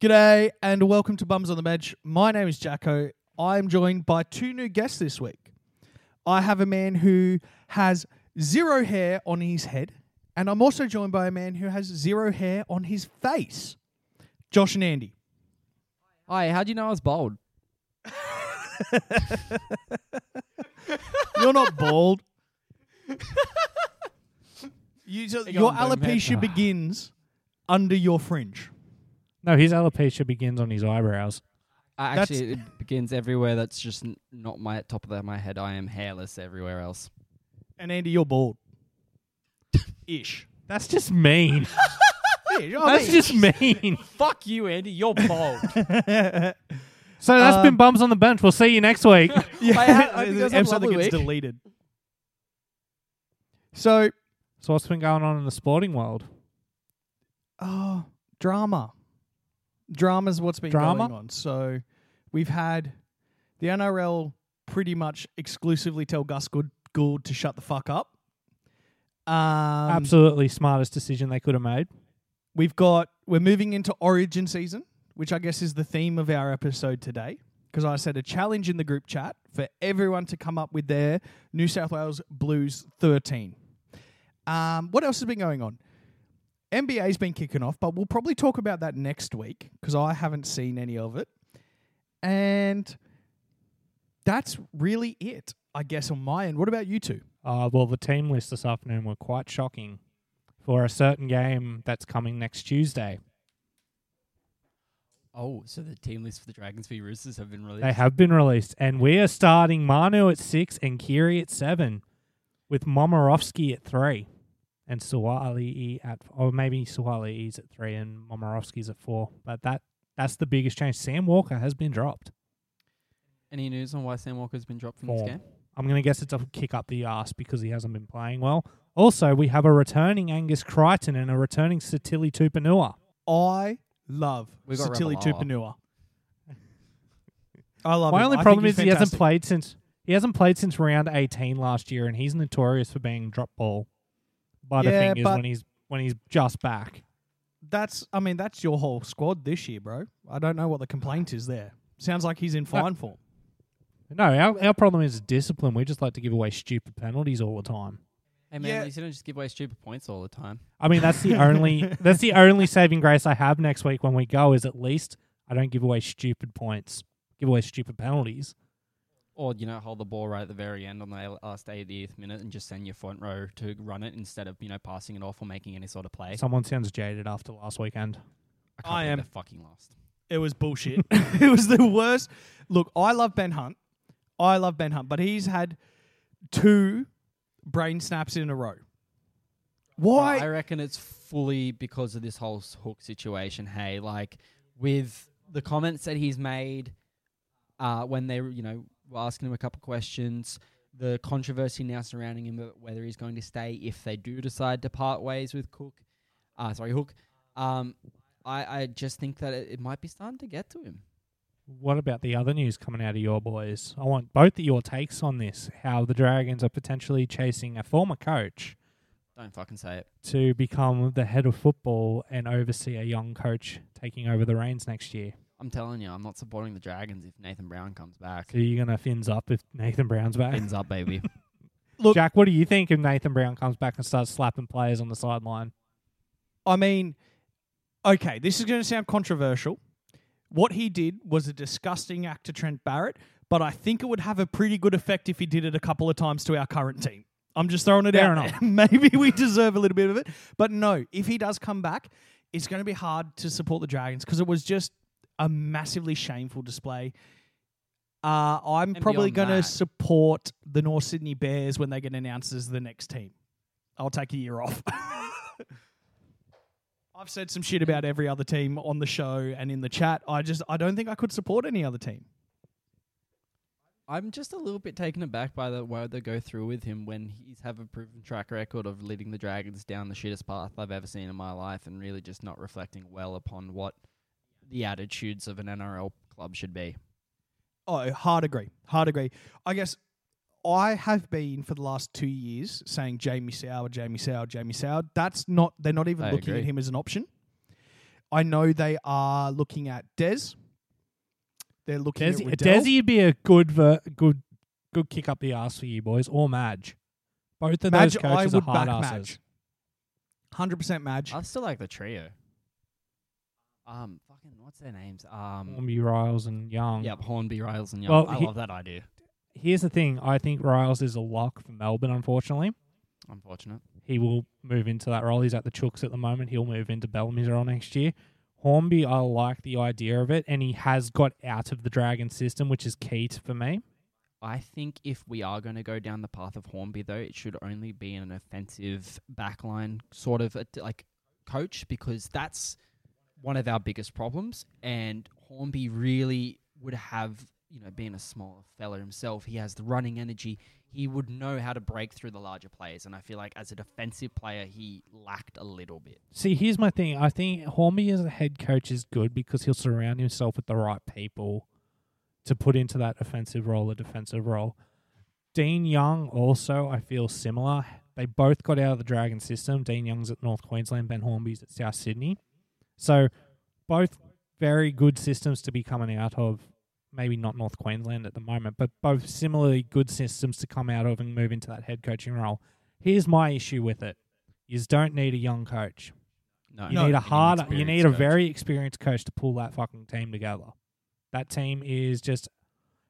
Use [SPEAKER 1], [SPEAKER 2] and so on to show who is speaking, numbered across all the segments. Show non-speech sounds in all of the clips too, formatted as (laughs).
[SPEAKER 1] G'day and welcome to Bums on the Bench. My name is Jacko. I am joined by two new guests this week. I have a man who has zero hair on his head, and I'm also joined by a man who has zero hair on his face. Josh and Andy.
[SPEAKER 2] Hi, how do you know I was bald?
[SPEAKER 1] You're not bald. You just-
[SPEAKER 2] Hang
[SPEAKER 1] your
[SPEAKER 2] on, don't matter.
[SPEAKER 1] alopecia begins under your fringe.
[SPEAKER 3] No, his alopecia begins on his eyebrows.
[SPEAKER 2] I
[SPEAKER 1] That's-
[SPEAKER 2] actually, it begins everywhere. That's just n- not my top of the- my head. I am hairless everywhere else.
[SPEAKER 1] And Andy, you're bald. Ish.
[SPEAKER 3] That's
[SPEAKER 1] (laughs)
[SPEAKER 3] just mean.
[SPEAKER 1] Ish. I
[SPEAKER 3] That's
[SPEAKER 1] mean-
[SPEAKER 3] just mean.
[SPEAKER 2] Fuck you, Andy. You're bald.
[SPEAKER 3] (laughs) So that's
[SPEAKER 1] Um,
[SPEAKER 3] been bums on the bench. We'll see you next week. (laughs)
[SPEAKER 1] Yeah,
[SPEAKER 2] I had- I think
[SPEAKER 1] the
[SPEAKER 2] that's a
[SPEAKER 1] episode that
[SPEAKER 2] lovely
[SPEAKER 1] gets
[SPEAKER 2] week.
[SPEAKER 1] deleted. So,
[SPEAKER 3] so what's been going on in the sporting world?
[SPEAKER 1] oh, drama. Drama's what's been
[SPEAKER 3] Drama?
[SPEAKER 1] going on. So, we've had the NRL pretty much exclusively tell Gus Good- Gould to shut the fuck up. Um,
[SPEAKER 3] Absolutely smartest decision they could have made.
[SPEAKER 1] We've got we're moving into Origin season, which I guess is the theme of our episode today. Because I said a challenge in the group chat for everyone to come up with their New South Wales Blues thirteen. Um, what else has been going on? NBA's been kicking off, but we'll probably talk about that next week because I haven't seen any of it. And that's really it, I guess, on my end. What about you two?
[SPEAKER 3] Uh, well, the team list this afternoon were quite shocking for a certain game that's coming next Tuesday.
[SPEAKER 2] (laughs) oh, so the team list for the Dragons v Roosters have been released.
[SPEAKER 3] They have been released, and we are starting Manu at six and Kiri at seven, with Momorovsky at three, and Suwali at or maybe Suwali is at three and Momorovsky's at four. But that that's the biggest change. Sam Walker has been dropped.
[SPEAKER 2] Any news on why Sam Walker's been dropped from this
[SPEAKER 3] Form.
[SPEAKER 2] game?
[SPEAKER 3] I'm gonna guess it's a kick up the arse because he hasn't been playing well. Also, we have a returning Angus Crichton and a returning Satili Tupanua.
[SPEAKER 1] I love
[SPEAKER 2] We got
[SPEAKER 1] Satili
[SPEAKER 2] Ramalala.
[SPEAKER 1] Tupanua. I love
[SPEAKER 3] My
[SPEAKER 1] him.
[SPEAKER 3] only
[SPEAKER 1] I think
[SPEAKER 3] problem
[SPEAKER 1] he's
[SPEAKER 3] is he hasn't
[SPEAKER 1] fantastic.
[SPEAKER 3] played since he hasn't played since round eighteen last year, and he's notorious for being drop ball. But the
[SPEAKER 1] Yeah,
[SPEAKER 3] thing is,
[SPEAKER 1] but-
[SPEAKER 3] when he's when he's just back,
[SPEAKER 1] That's I mean that's your whole squad this year, bro. I don't know what the complaint is there. Sounds like he's in fine form.
[SPEAKER 3] no, our our problem is discipline. We just like to give away stupid penalties all the time.
[SPEAKER 2] Hey man,
[SPEAKER 1] Yeah.
[SPEAKER 2] at least you don't just give away stupid points all the time.
[SPEAKER 3] I mean, that's the only
[SPEAKER 1] (laughs)
[SPEAKER 3] that's the only saving grace I have next week when we go is at least I don't give away stupid points, give away stupid penalties.
[SPEAKER 2] Or you know, hold the ball right at the very end on the la- last 80th minute and just send your front row to run it instead of you know passing it off or making any sort of play.
[SPEAKER 3] Someone sounds jaded after last weekend.
[SPEAKER 2] can't
[SPEAKER 1] I
[SPEAKER 2] believe
[SPEAKER 1] am-
[SPEAKER 2] they're fucking lost.
[SPEAKER 1] It was bullshit. (laughs) it was the worst. Look, I love Ben Hunt. I love Ben Hunt, but he's had two brain snaps in a row. Why?
[SPEAKER 2] I reckon it's fully because of this whole s- hook situation. Hey, like with the comments that he's made uh, when they, were, you know, were asking him a couple questions, the controversy now surrounding him about whether he's going to stay if they do decide to part ways with Cook. Uh, sorry, Hook. Um, I, I just think that it, it might be starting to get to him.
[SPEAKER 3] What about the other news coming out of your boys? I want both of your takes on this. How the Dragons are potentially chasing a former coach
[SPEAKER 2] Don't fucking say it.
[SPEAKER 3] to become the head of football and oversee a young coach taking over the reins next year.
[SPEAKER 2] I'm telling you, I'm not supporting the Dragons if Nathan Brown comes back.
[SPEAKER 3] So you're gonna fins up if Nathan Brown's back.
[SPEAKER 2] Ends up, baby.
[SPEAKER 1] Look-
[SPEAKER 3] (laughs) Jack, what do you think if Nathan Brown comes back and starts slapping players on the sideline?
[SPEAKER 1] I mean, okay, this is going to sound controversial. What he did was a disgusting act to Trent Barrett, but I think it would have a pretty good effect if he did it a couple of times to our current team. I'm just throwing it
[SPEAKER 3] Fair
[SPEAKER 1] out.
[SPEAKER 3] enough.
[SPEAKER 1] there. (laughs) Maybe we deserve a little bit of it. But no, if he does come back, it's going to be hard to support the Dragons because it was just a massively shameful display. Uh, I'm
[SPEAKER 2] And
[SPEAKER 1] probably
[SPEAKER 2] beyond
[SPEAKER 1] going to
[SPEAKER 2] that-
[SPEAKER 1] support the North Sydney Bears when they get announced as the next team. I'll take a year off. (laughs) I've said some shit about every other team on the show and in the chat. I just I don't think I could support any other team.
[SPEAKER 2] I'm just a little bit taken aback by the way they go through with him when he's have a proven track record of leading the Dragons down the shittest path I've ever seen in my life and really just not reflecting well upon what the attitudes of an NRL club should be.
[SPEAKER 1] Oh, hard agree. Hard agree. I guess I have been for the last two years saying Jamie Sauer, Jamie Sauer, Jamie Sauer. That's not they're not even
[SPEAKER 2] I
[SPEAKER 1] looking
[SPEAKER 2] agree.
[SPEAKER 1] at him as an option. I know they are looking at Des. They're looking
[SPEAKER 3] Desi,
[SPEAKER 1] at Riddell.
[SPEAKER 3] Desi would be a good, ver- good, good kick up the ass for you boys, or Madge. Both of
[SPEAKER 1] Madge,
[SPEAKER 3] those
[SPEAKER 1] I
[SPEAKER 3] coaches
[SPEAKER 1] would
[SPEAKER 3] are hard
[SPEAKER 1] back
[SPEAKER 3] asses.
[SPEAKER 1] Madge. Hundred percent
[SPEAKER 2] (laughs)
[SPEAKER 1] Madge.
[SPEAKER 2] I still like the trio. Um, fucking what's their names? Um,
[SPEAKER 3] Hornby, Riles, and Young.
[SPEAKER 2] yep, Hornby, Riles, and Young.
[SPEAKER 3] Well,
[SPEAKER 2] I
[SPEAKER 3] he-
[SPEAKER 2] love that idea.
[SPEAKER 3] Here's the thing: I think Riles is a lock for Melbourne. Unfortunately,
[SPEAKER 2] Unfortunate.
[SPEAKER 3] he will move into that role. He's at the Chooks at the moment. He'll move into Bellamy's role next year. Hornby, I like the idea of it, and he has got out of the Dragon system, which is key t- for me.
[SPEAKER 2] I think if we are going to go down the path of Hornby, though, it should only be an offensive backline sort of a, like coach because that's one of our biggest problems. And Hornby really would have, you know, being a smaller fella himself, he has the running energy. He would know how to break through the larger players. And I feel like as a defensive player, he lacked a little bit.
[SPEAKER 3] See, here's my thing. I think Hornby as a head coach is good because he'll surround himself with the right people to put into that offensive role or defensive role. Dean Young also, I feel similar. They both got out of the Dragon system. Dean Young's at North Queensland, Ben Hornby's at South Sydney. So both very good systems to be coming out of. Maybe not North Queensland at the moment, but both similarly good systems to come out of and move into that head coaching role. Here's my issue with it. You don't need a young coach.
[SPEAKER 2] No,
[SPEAKER 3] You need a harder. You need a very experienced coach to pull that fucking team together. That team is just.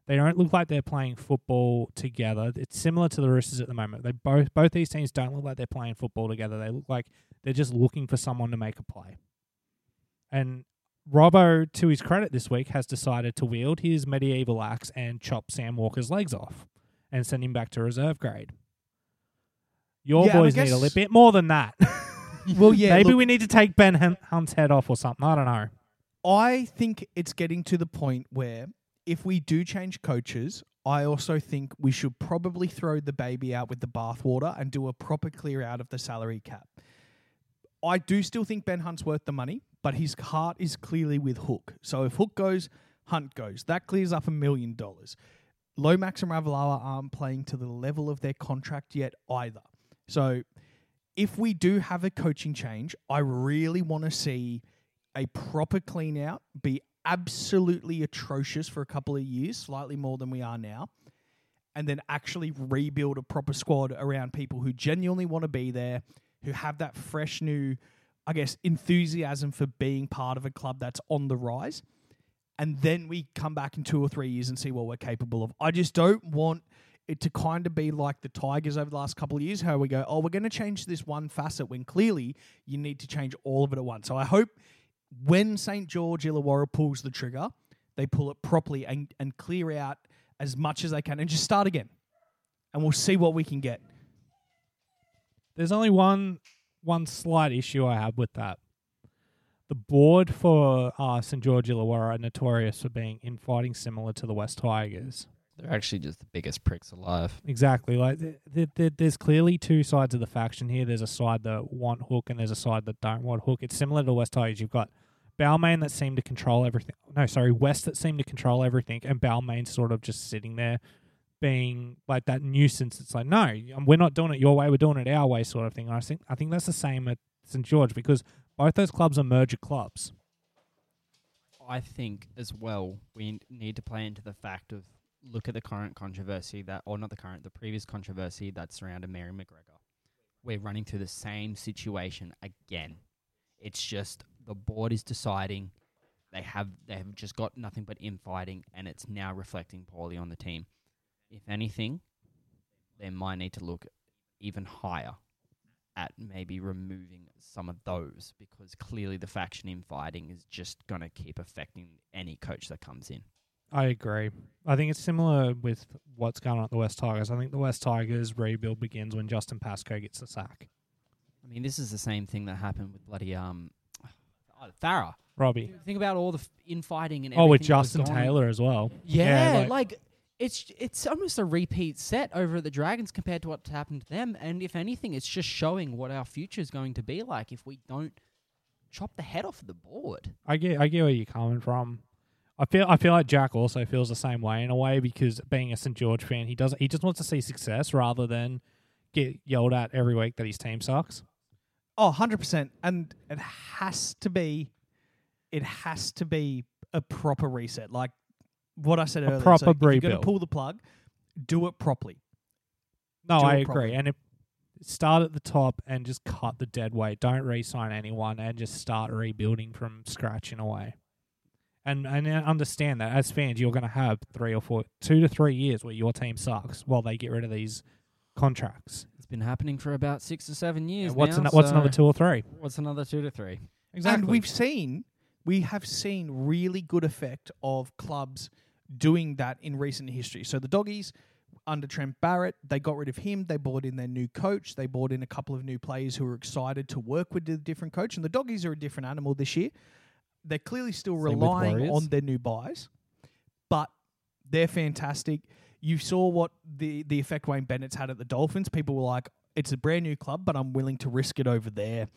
[SPEAKER 3] They don't look like they're playing football together. It's similar to the Roosters at the moment. They both both these teams don't look like they're playing football together. They look like they're just looking for someone to make a play. And Robbo, to his credit this week, has decided to wield his medieval axe and chop Sam Walker's legs off and send him back to reserve grade. Your
[SPEAKER 1] Yeah, and I
[SPEAKER 3] boys need a
[SPEAKER 1] guess-
[SPEAKER 3] little bit more than that. (laughs)
[SPEAKER 1] well, yeah.
[SPEAKER 3] Maybe
[SPEAKER 1] look,
[SPEAKER 3] we need to take Ben Hun- Hunt's head off or something. I don't know.
[SPEAKER 1] I think it's getting to the point where if we do change coaches, I also think we should probably throw the baby out with the bathwater and do a proper clear out of the salary cap. I do still think Ben Hunt's worth the money, but his heart is clearly with Hook. So if Hook goes, Hunt goes. That clears up a million dollars. Lomax and Ravalawa aren't playing to the level of their contract yet either. So if we do have a coaching change, I really want to see a proper clean out be absolutely atrocious for a couple of years, slightly more than we are now, and then actually rebuild a proper squad around people who genuinely want to be there, who have that fresh new, I guess, enthusiasm for being part of a club that's on the rise. And then we come back in two or three years and see what we're capable of. I just don't want it to kind of be like the Tigers over the last couple of years, how we go, oh, we're going to change this one facet when clearly you need to change all of it at once. So I hope when St. George Illawarra pulls the trigger, they pull it properly and, and clear out as much as they can and just start again. And we'll see what we can get.
[SPEAKER 3] There's only one one slight issue I have with that. The board for uh, St George Illawarra are notorious for being infighting, similar to the West Tigers.
[SPEAKER 2] They're actually just the biggest pricks alive.
[SPEAKER 3] Exactly. Like th- th- th- there's clearly two sides of the faction here. There's a side that want Hook, and there's a side that don't want Hook. It's similar to the West Tigers. You've got Balmain that seem to control everything. No, sorry, West that seem to control everything, and Balmain sort of just sitting there being like that nuisance. It's like, no, um, we're not doing it your way. We're doing it our way, sort of thing. And I think I think that's the same at St George because both those clubs are merger clubs.
[SPEAKER 2] I think as well we n- need to play into the fact of look at the current controversy that or not the current the previous controversy that surrounded Mary McGregor. We're running through the same situation again. It's just the board is deciding they have they have just got nothing but infighting and it's now reflecting poorly on the team. If anything, they might need to look even higher at maybe removing some of those because clearly the faction infighting is just going to keep affecting any coach that comes in.
[SPEAKER 3] I agree. I think it's similar with what's going on at the West Tigers. I think the West Tigers rebuild begins when Justin Pascoe gets the sack.
[SPEAKER 2] I mean, this is the same thing that happened with bloody um, (sighs) oh, Farah.
[SPEAKER 3] Robbie.
[SPEAKER 2] Think about all the f- infighting and
[SPEAKER 3] Oh, with
[SPEAKER 2] everything that was
[SPEAKER 3] Justin
[SPEAKER 2] going on.
[SPEAKER 3] Taylor as well.
[SPEAKER 2] Yeah,
[SPEAKER 3] Yeah, like-
[SPEAKER 2] like, it's it's almost a repeat set over at the Dragons compared to what's happened to them. And if anything, it's just showing what our future is going to be like if we don't chop the head off the board.
[SPEAKER 3] I get I get where you're coming from. I feel I feel like Jack also feels the same way in a way because being a St George fan, he does he just wants to see success rather than get yelled at every week that his team sucks.
[SPEAKER 1] Oh, 100%. And it has to be it has to be a proper reset, like what I said earlier.
[SPEAKER 3] proper
[SPEAKER 1] so if you're going
[SPEAKER 3] rebuild.
[SPEAKER 1] to pull the plug, do it properly.
[SPEAKER 3] No,
[SPEAKER 1] do
[SPEAKER 3] I
[SPEAKER 1] it
[SPEAKER 3] agree.
[SPEAKER 1] properly.
[SPEAKER 3] And if start at the top and just cut the dead weight. Don't re-sign anyone and just start rebuilding from scratch in a way. And and I understand that as fans, you're going to have three or four, two to three years where your team sucks while they get rid of these contracts.
[SPEAKER 2] It's been happening for about six or seven years.
[SPEAKER 3] And what's
[SPEAKER 2] now,
[SPEAKER 3] ano- what's
[SPEAKER 2] so-
[SPEAKER 3] another two or three?
[SPEAKER 2] What's another two to three?
[SPEAKER 1] And we've seen we have seen really good effect of clubs doing that in recent history. So the doggies under Trent Barrett, they got rid of him. They brought in their new coach. They brought in a couple of new players who were excited to work with the different coach. And the doggies are a different animal this year. They're clearly still
[SPEAKER 2] Same with
[SPEAKER 1] relying
[SPEAKER 2] Warriors.
[SPEAKER 1] on their new buys, but they're fantastic. You saw what the the effect Wayne Bennett's had at the Dolphins. People were like, "It's a brand new club, but I'm willing to risk it over there."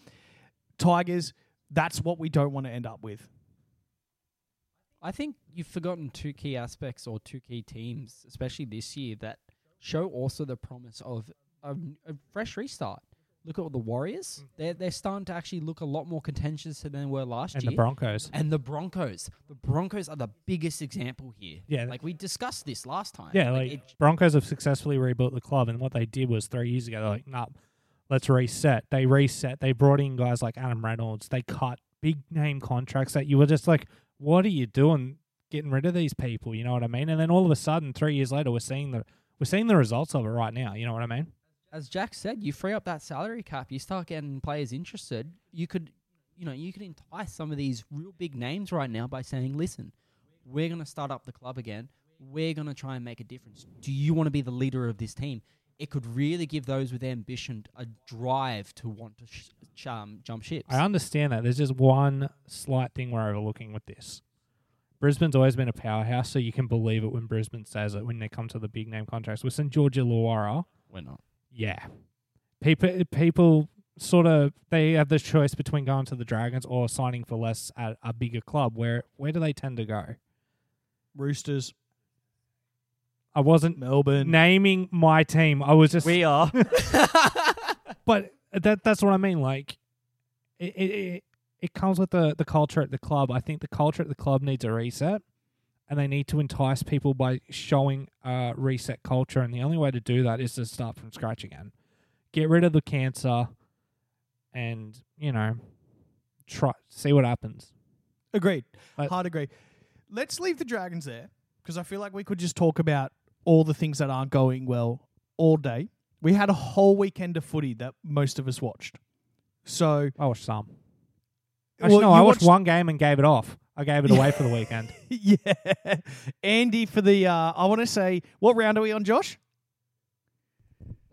[SPEAKER 1] Tigers, that's what we don't want to end up with.
[SPEAKER 2] I think you've forgotten two key aspects or two key teams, especially this year, that show also the promise of a, a fresh restart. Look at the Warriors; they're they're starting to actually look a lot more contentious than they were last
[SPEAKER 3] and
[SPEAKER 2] year.
[SPEAKER 3] the Broncos.
[SPEAKER 2] and the Broncos, the Broncos are the biggest example here.
[SPEAKER 3] Yeah.
[SPEAKER 2] like we discussed this last time.
[SPEAKER 3] Yeah, like,
[SPEAKER 2] it-
[SPEAKER 3] Broncos have successfully rebuilt the club, and what they did was three years ago they're like, nah, let's reset. They reset. They brought in guys like Adam Reynolds. They cut big name contracts that you were just like, what are you doing, getting rid of these people? You know what I mean? And then all of a sudden, three years later, we're seeing the we're seeing the results of it right now. You know what I mean?
[SPEAKER 2] as Jack said, you free up that salary cap, you start getting players interested. You could, you know, you could entice some of these real big names right now by saying, "Listen, we're going to start up the club again. We're going to try and make a difference. Do you want to be the leader of this team?" It could really give those with ambition a drive to want to sh- sh- um, jump ships.
[SPEAKER 3] I understand that. There's just one slight thing we're overlooking with this. Brisbane's always been a powerhouse, so you can believe it when Brisbane says it when they come to the big name contracts. With St. George Illawarra,
[SPEAKER 2] We're not.
[SPEAKER 3] yeah, people people sort of they have the choice between going to the Dragons or signing for less at a bigger club. Where where do they tend to go?
[SPEAKER 1] Roosters,
[SPEAKER 3] I wasn't
[SPEAKER 1] Melbourne.
[SPEAKER 3] naming my team. I was just,
[SPEAKER 2] We are.
[SPEAKER 3] (laughs) but that that's what I mean. Like it it, it, it comes with the the culture at the club. I think the culture at the club needs a reset. And they need to entice people by showing a reset culture. And the only way to do that is to start from scratch again. Get rid of the cancer and, you know, try see what happens.
[SPEAKER 1] Agreed.
[SPEAKER 3] I-
[SPEAKER 1] Hard agree. Let's leave the Dragons there because I feel like we could just talk about all the things that aren't going well all day. We had a whole weekend of footy that most of us watched. So,
[SPEAKER 3] I watched some. Actually,
[SPEAKER 1] Well,
[SPEAKER 3] no, I
[SPEAKER 1] you
[SPEAKER 3] watched,
[SPEAKER 1] watched-
[SPEAKER 3] one game and gave it off. I gave it away for the weekend.
[SPEAKER 1] (laughs) yeah. Andy, for the, uh, I want to say, what round are we on, Josh?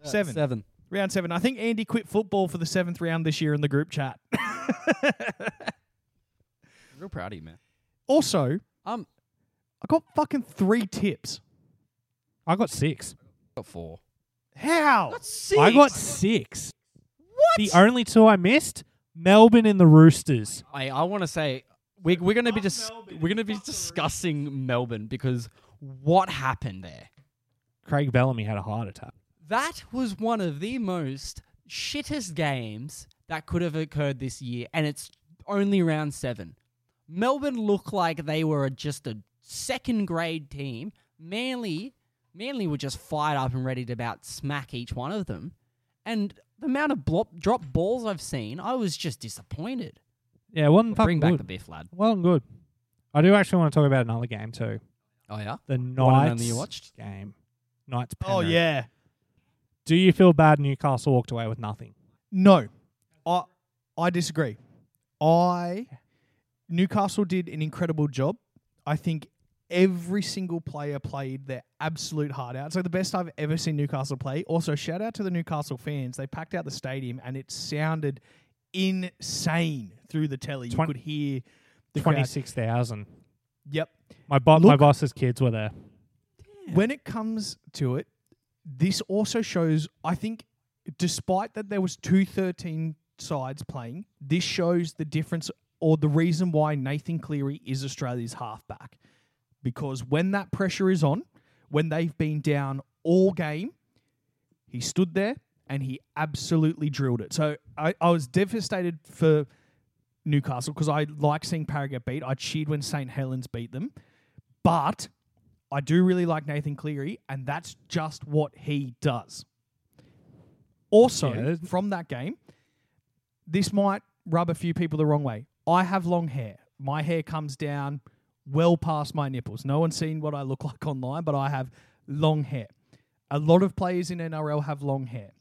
[SPEAKER 1] Seven.
[SPEAKER 2] Seven.
[SPEAKER 1] Round seven. I think Andy quit football for the seventh round this year in the group chat.
[SPEAKER 2] Real proud of you, man.
[SPEAKER 1] also,
[SPEAKER 2] Um,
[SPEAKER 1] I got fucking three tips.
[SPEAKER 3] I got six.
[SPEAKER 2] got four.
[SPEAKER 1] How?
[SPEAKER 2] six.
[SPEAKER 3] I got six.
[SPEAKER 2] what?
[SPEAKER 3] The only two I missed: Melbourne and the Roosters.
[SPEAKER 2] I, I want to say we, we're going to be just we're going to be discussing Melbourne because what happened there?
[SPEAKER 3] Craig Bellamy had a heart attack.
[SPEAKER 2] That was one of the most shittest games that could have occurred this year, and it's only round seven. Melbourne looked like they were just a second grade team. Manly, Manly were just fired up and ready to about smack each one of them. And the amount of blop, drop balls I've seen, I was just disappointed.
[SPEAKER 3] Yeah, it wasn't
[SPEAKER 2] Bring
[SPEAKER 3] fucking
[SPEAKER 2] back
[SPEAKER 3] good.
[SPEAKER 2] the biff, lad.
[SPEAKER 3] well and good. I do actually want to talk about another game too.
[SPEAKER 2] Oh yeah,
[SPEAKER 3] The
[SPEAKER 2] One and
[SPEAKER 3] Knights
[SPEAKER 2] only you watched?
[SPEAKER 3] game. Knights.
[SPEAKER 1] Oh,
[SPEAKER 3] Penrith.
[SPEAKER 1] yeah.
[SPEAKER 3] Do you feel bad? Newcastle walked away with nothing.
[SPEAKER 1] No, I I disagree. I Newcastle did an incredible job. I think every single player played their absolute heart out. So the best I've ever seen Newcastle play. Also, shout out to the Newcastle fans. They packed out the stadium and it sounded insane through the telly.
[SPEAKER 3] Twen-
[SPEAKER 1] you could hear the crowd.
[SPEAKER 3] Twenty six thousand.
[SPEAKER 1] Yep.
[SPEAKER 3] My bo- my
[SPEAKER 1] Look-
[SPEAKER 3] boss's kids were there.
[SPEAKER 1] When it comes to it, this also shows, I think, despite that there was two 13 sides playing, this shows the difference or the reason why Nathan Cleary is Australia's halfback. Because when that pressure is on, when they've been down all game, he stood there and he absolutely drilled it. So I, I was devastated for Newcastle because I like seeing Parra get beat. I cheered when St. Helens beat them. But I do really like Nathan Cleary, and that's just what he does. Also,
[SPEAKER 3] Yeah, there's-
[SPEAKER 1] from that game, this might rub a few people the wrong way. I have long hair. My hair comes down well past my nipples. No one's seen what I look (laughs) like online, but I have long hair. A lot of players in NRL have long hair.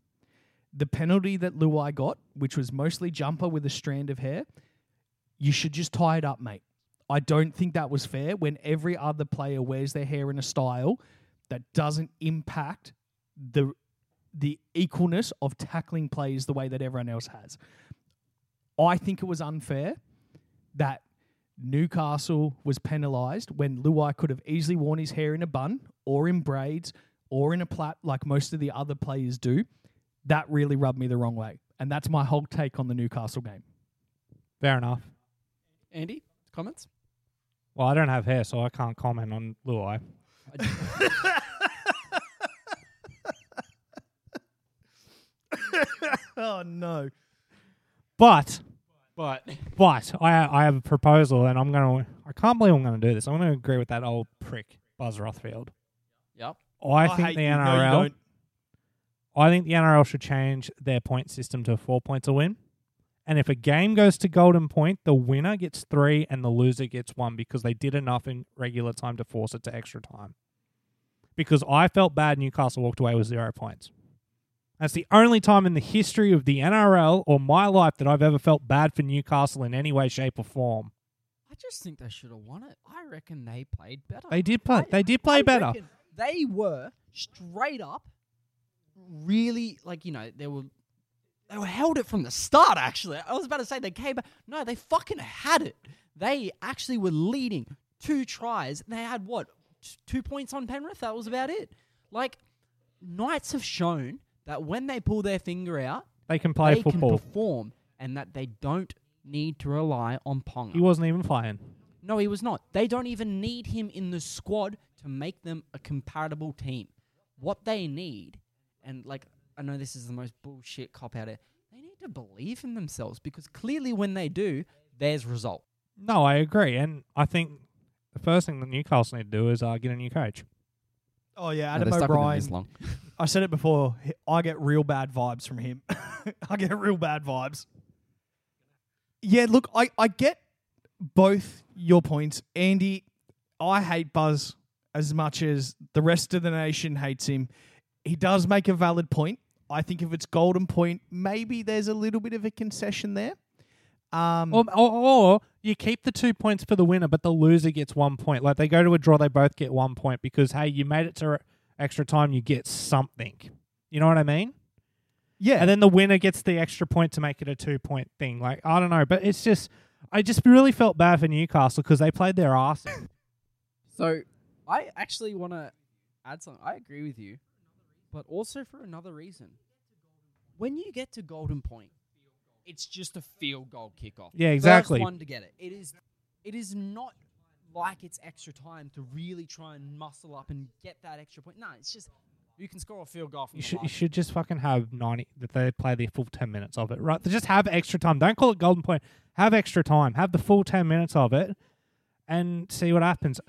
[SPEAKER 1] The penalty that Luai got, which was mostly jumper with a strand of hair, you should just tie it up, mate. I don't think that was fair when every other player wears their hair in a style that doesn't impact the the equalness of tackling plays the way that everyone else has. I think it was unfair that Newcastle was penalised when Luai could have easily worn his hair in a bun or in braids or in a plait like most of the other players do. That really rubbed me the wrong way. And that's my whole take on the Newcastle game.
[SPEAKER 3] Fair enough.
[SPEAKER 2] Andy, comments?
[SPEAKER 3] Well, I don't have hair, so I can't comment on Luai.
[SPEAKER 1] (laughs) Oh, no.
[SPEAKER 3] But
[SPEAKER 2] But
[SPEAKER 3] but I I have a proposal, and I'm gonna I can't believe I'm gonna do this. I'm gonna agree with that old prick Buzz Rothfield.
[SPEAKER 2] yep,
[SPEAKER 3] I, think the NRL. I think the NRL should change their point system to four points a win. And if a game goes to golden point, the winner gets three and the loser gets one because they did enough in regular time to force it to extra time. Because I felt bad Newcastle walked away with zero points. That's the only time in the history of the NRL or my life that I've ever felt bad for Newcastle in any way, shape, or form.
[SPEAKER 2] I just think they should have won it. I reckon they played better.
[SPEAKER 3] They did play. They did play
[SPEAKER 2] I
[SPEAKER 3] better.
[SPEAKER 2] reckon They were straight up, really like you know they were they were held it from the start. Actually, I was about to say they came back. No, they fucking had it. They actually were leading two tries. They had what t- two points on Penrith. That was about it. Like Knights have shown that when they pull their finger out,
[SPEAKER 3] They can play
[SPEAKER 2] they
[SPEAKER 3] football.
[SPEAKER 2] can perform, and that they don't need to rely on Ponga.
[SPEAKER 3] he wasn't even playing.
[SPEAKER 2] No, he was not. They don't even need him in the squad to make them a comparable team. What they need, and like, I know this is the most bullshit cop out there, they need to believe in themselves because clearly when they do, there's result.
[SPEAKER 3] No, I agree, and I think the first thing that Newcastle need to do is uh, get a new coach.
[SPEAKER 1] Oh, yeah. Adam O'Brien. (laughs) I said it before. h- I get real bad vibes from him. (laughs) I get real bad vibes. Yeah, look, I, I get both your points. Andy, I hate Buzz as much as the rest of the nation hates him. He does make a valid point. I think if it's golden point, maybe there's a little bit of a concession there. Um,
[SPEAKER 3] Or, or, or you keep the two points for the winner, but the loser gets one point. Like they go to a draw, they both get one point because hey, you made it to extra time, you get something. You know what I mean?
[SPEAKER 1] yeah,
[SPEAKER 3] And then the winner gets the extra point to make it a two point thing. Like I don't know, but it's just I just really felt bad for Newcastle because they played their ass.
[SPEAKER 2] So I actually want to add something. I agree with you, but also for another reason. When you get to golden point, it's just a field goal kickoff.
[SPEAKER 3] Yeah,
[SPEAKER 2] First
[SPEAKER 3] exactly.
[SPEAKER 2] one to get it. It is. It is not like it's extra time to really try and muscle up and get that extra point. No, it's just you can score a field goal from
[SPEAKER 3] You
[SPEAKER 2] the
[SPEAKER 3] should, you
[SPEAKER 2] line.
[SPEAKER 3] should just fucking have 90 that they play the full 10 minutes of it, right? Just have extra time. Don't call it golden point. Have extra time. Have the full 10 minutes of it and see what happens.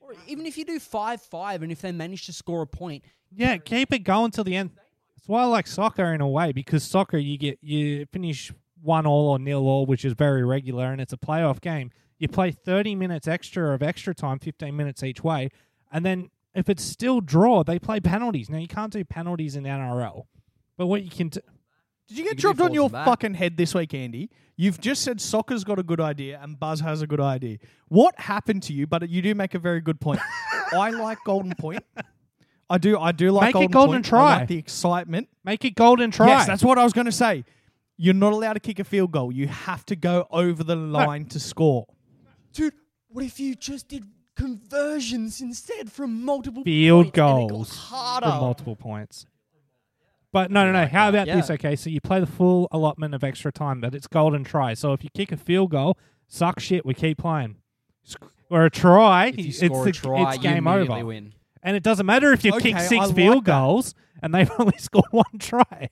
[SPEAKER 2] Or even if you do five five, and if they manage to score a point,
[SPEAKER 3] Yeah, keep it going till the end. That's why I like soccer in a way because soccer you get you finish one all or nil all, which is very regular, and it's a playoff game. You play thirty minutes extra of extra time, fifteen minutes each way, and then if it's still draw, they play penalties. Now you can't do penalties in NRL, but what you can do,
[SPEAKER 1] Did you get
[SPEAKER 2] can do
[SPEAKER 1] dropped on
[SPEAKER 2] forwards
[SPEAKER 1] your
[SPEAKER 2] and back.
[SPEAKER 1] fucking head this week, Andy? You've just said soccer's got a good idea and Buzz has a good idea. What happened to you? But you do make a very good
[SPEAKER 3] (laughs)
[SPEAKER 1] point. I like Golden Point. I do. I do like
[SPEAKER 3] Make it
[SPEAKER 1] Golden
[SPEAKER 3] golden
[SPEAKER 1] Point.
[SPEAKER 3] try.
[SPEAKER 1] I like the excitement.
[SPEAKER 3] make it golden try.
[SPEAKER 1] Yes, that's what I was going to say. You're not allowed to kick a field goal. You have to go over the line to score.
[SPEAKER 2] dude, what if you just did conversions instead from multiple
[SPEAKER 3] field
[SPEAKER 2] points and it got
[SPEAKER 3] goals
[SPEAKER 2] harder?
[SPEAKER 3] for multiple points. But no, no, no. How about
[SPEAKER 2] that.
[SPEAKER 3] this?
[SPEAKER 2] Oh. Yeah.
[SPEAKER 3] Okay, so you play the full allotment of extra time, but it's golden try. So if you kick a field goal, suck shit. We keep playing. Sc- Or a try,
[SPEAKER 2] If you
[SPEAKER 3] it's,
[SPEAKER 2] score
[SPEAKER 3] the-
[SPEAKER 2] a try,
[SPEAKER 3] it's
[SPEAKER 2] you
[SPEAKER 3] game
[SPEAKER 2] immediately
[SPEAKER 3] over.
[SPEAKER 2] win.
[SPEAKER 3] And it doesn't matter if you
[SPEAKER 1] Okay,
[SPEAKER 3] kick
[SPEAKER 1] I
[SPEAKER 3] six
[SPEAKER 1] like that.
[SPEAKER 3] field goals and they've (laughs) only scored one try.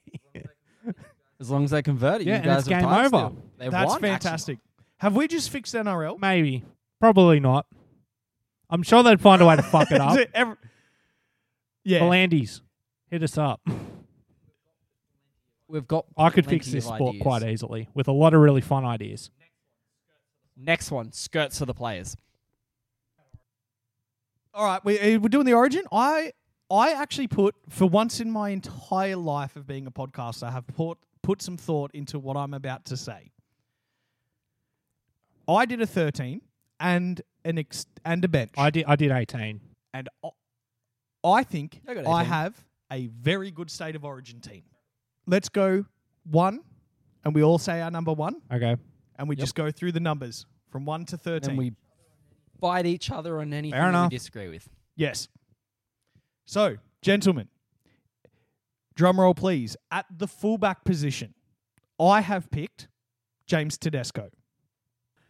[SPEAKER 2] As long as they convert it,
[SPEAKER 3] Yeah,
[SPEAKER 2] you
[SPEAKER 3] and
[SPEAKER 2] guys
[SPEAKER 3] it's
[SPEAKER 2] have
[SPEAKER 3] game
[SPEAKER 2] tied
[SPEAKER 3] over.
[SPEAKER 2] still. They've
[SPEAKER 1] That's
[SPEAKER 2] won, actually.
[SPEAKER 1] fantastic. Have we just fixed NRL?
[SPEAKER 3] Maybe. Probably not. I'm sure they'd find a way to fuck
[SPEAKER 2] (laughs)
[SPEAKER 3] it
[SPEAKER 1] (laughs)
[SPEAKER 3] up.
[SPEAKER 1] Is it ever- yeah.
[SPEAKER 3] Belandis, hit us up.
[SPEAKER 2] We've got.
[SPEAKER 3] I could
[SPEAKER 2] plenty
[SPEAKER 3] fix this
[SPEAKER 2] of
[SPEAKER 3] sport
[SPEAKER 2] ideas.
[SPEAKER 3] quite e-, easily with a lot of really fun ideas.
[SPEAKER 2] Next one, skirts for the players.
[SPEAKER 1] All right, we, uh, we're doing the origin. I I actually put for once in my entire life of being a podcaster, I have put put some thought into what I'm about to say. I did a 13 and an ex- and a bench,
[SPEAKER 3] I did. I did 18.
[SPEAKER 1] and I, I think
[SPEAKER 2] I got
[SPEAKER 1] I
[SPEAKER 2] 18.
[SPEAKER 1] have a very good state of origin team. Let's go one, and we all say our number one,
[SPEAKER 3] Okay.
[SPEAKER 1] and we just go through the numbers from one to 13.
[SPEAKER 2] And we bite each other on anything
[SPEAKER 3] Fair
[SPEAKER 2] that
[SPEAKER 3] enough.
[SPEAKER 2] we disagree with.
[SPEAKER 1] Yes. So, gentlemen, drum roll please. At the fullback position, I have picked James Tedesco.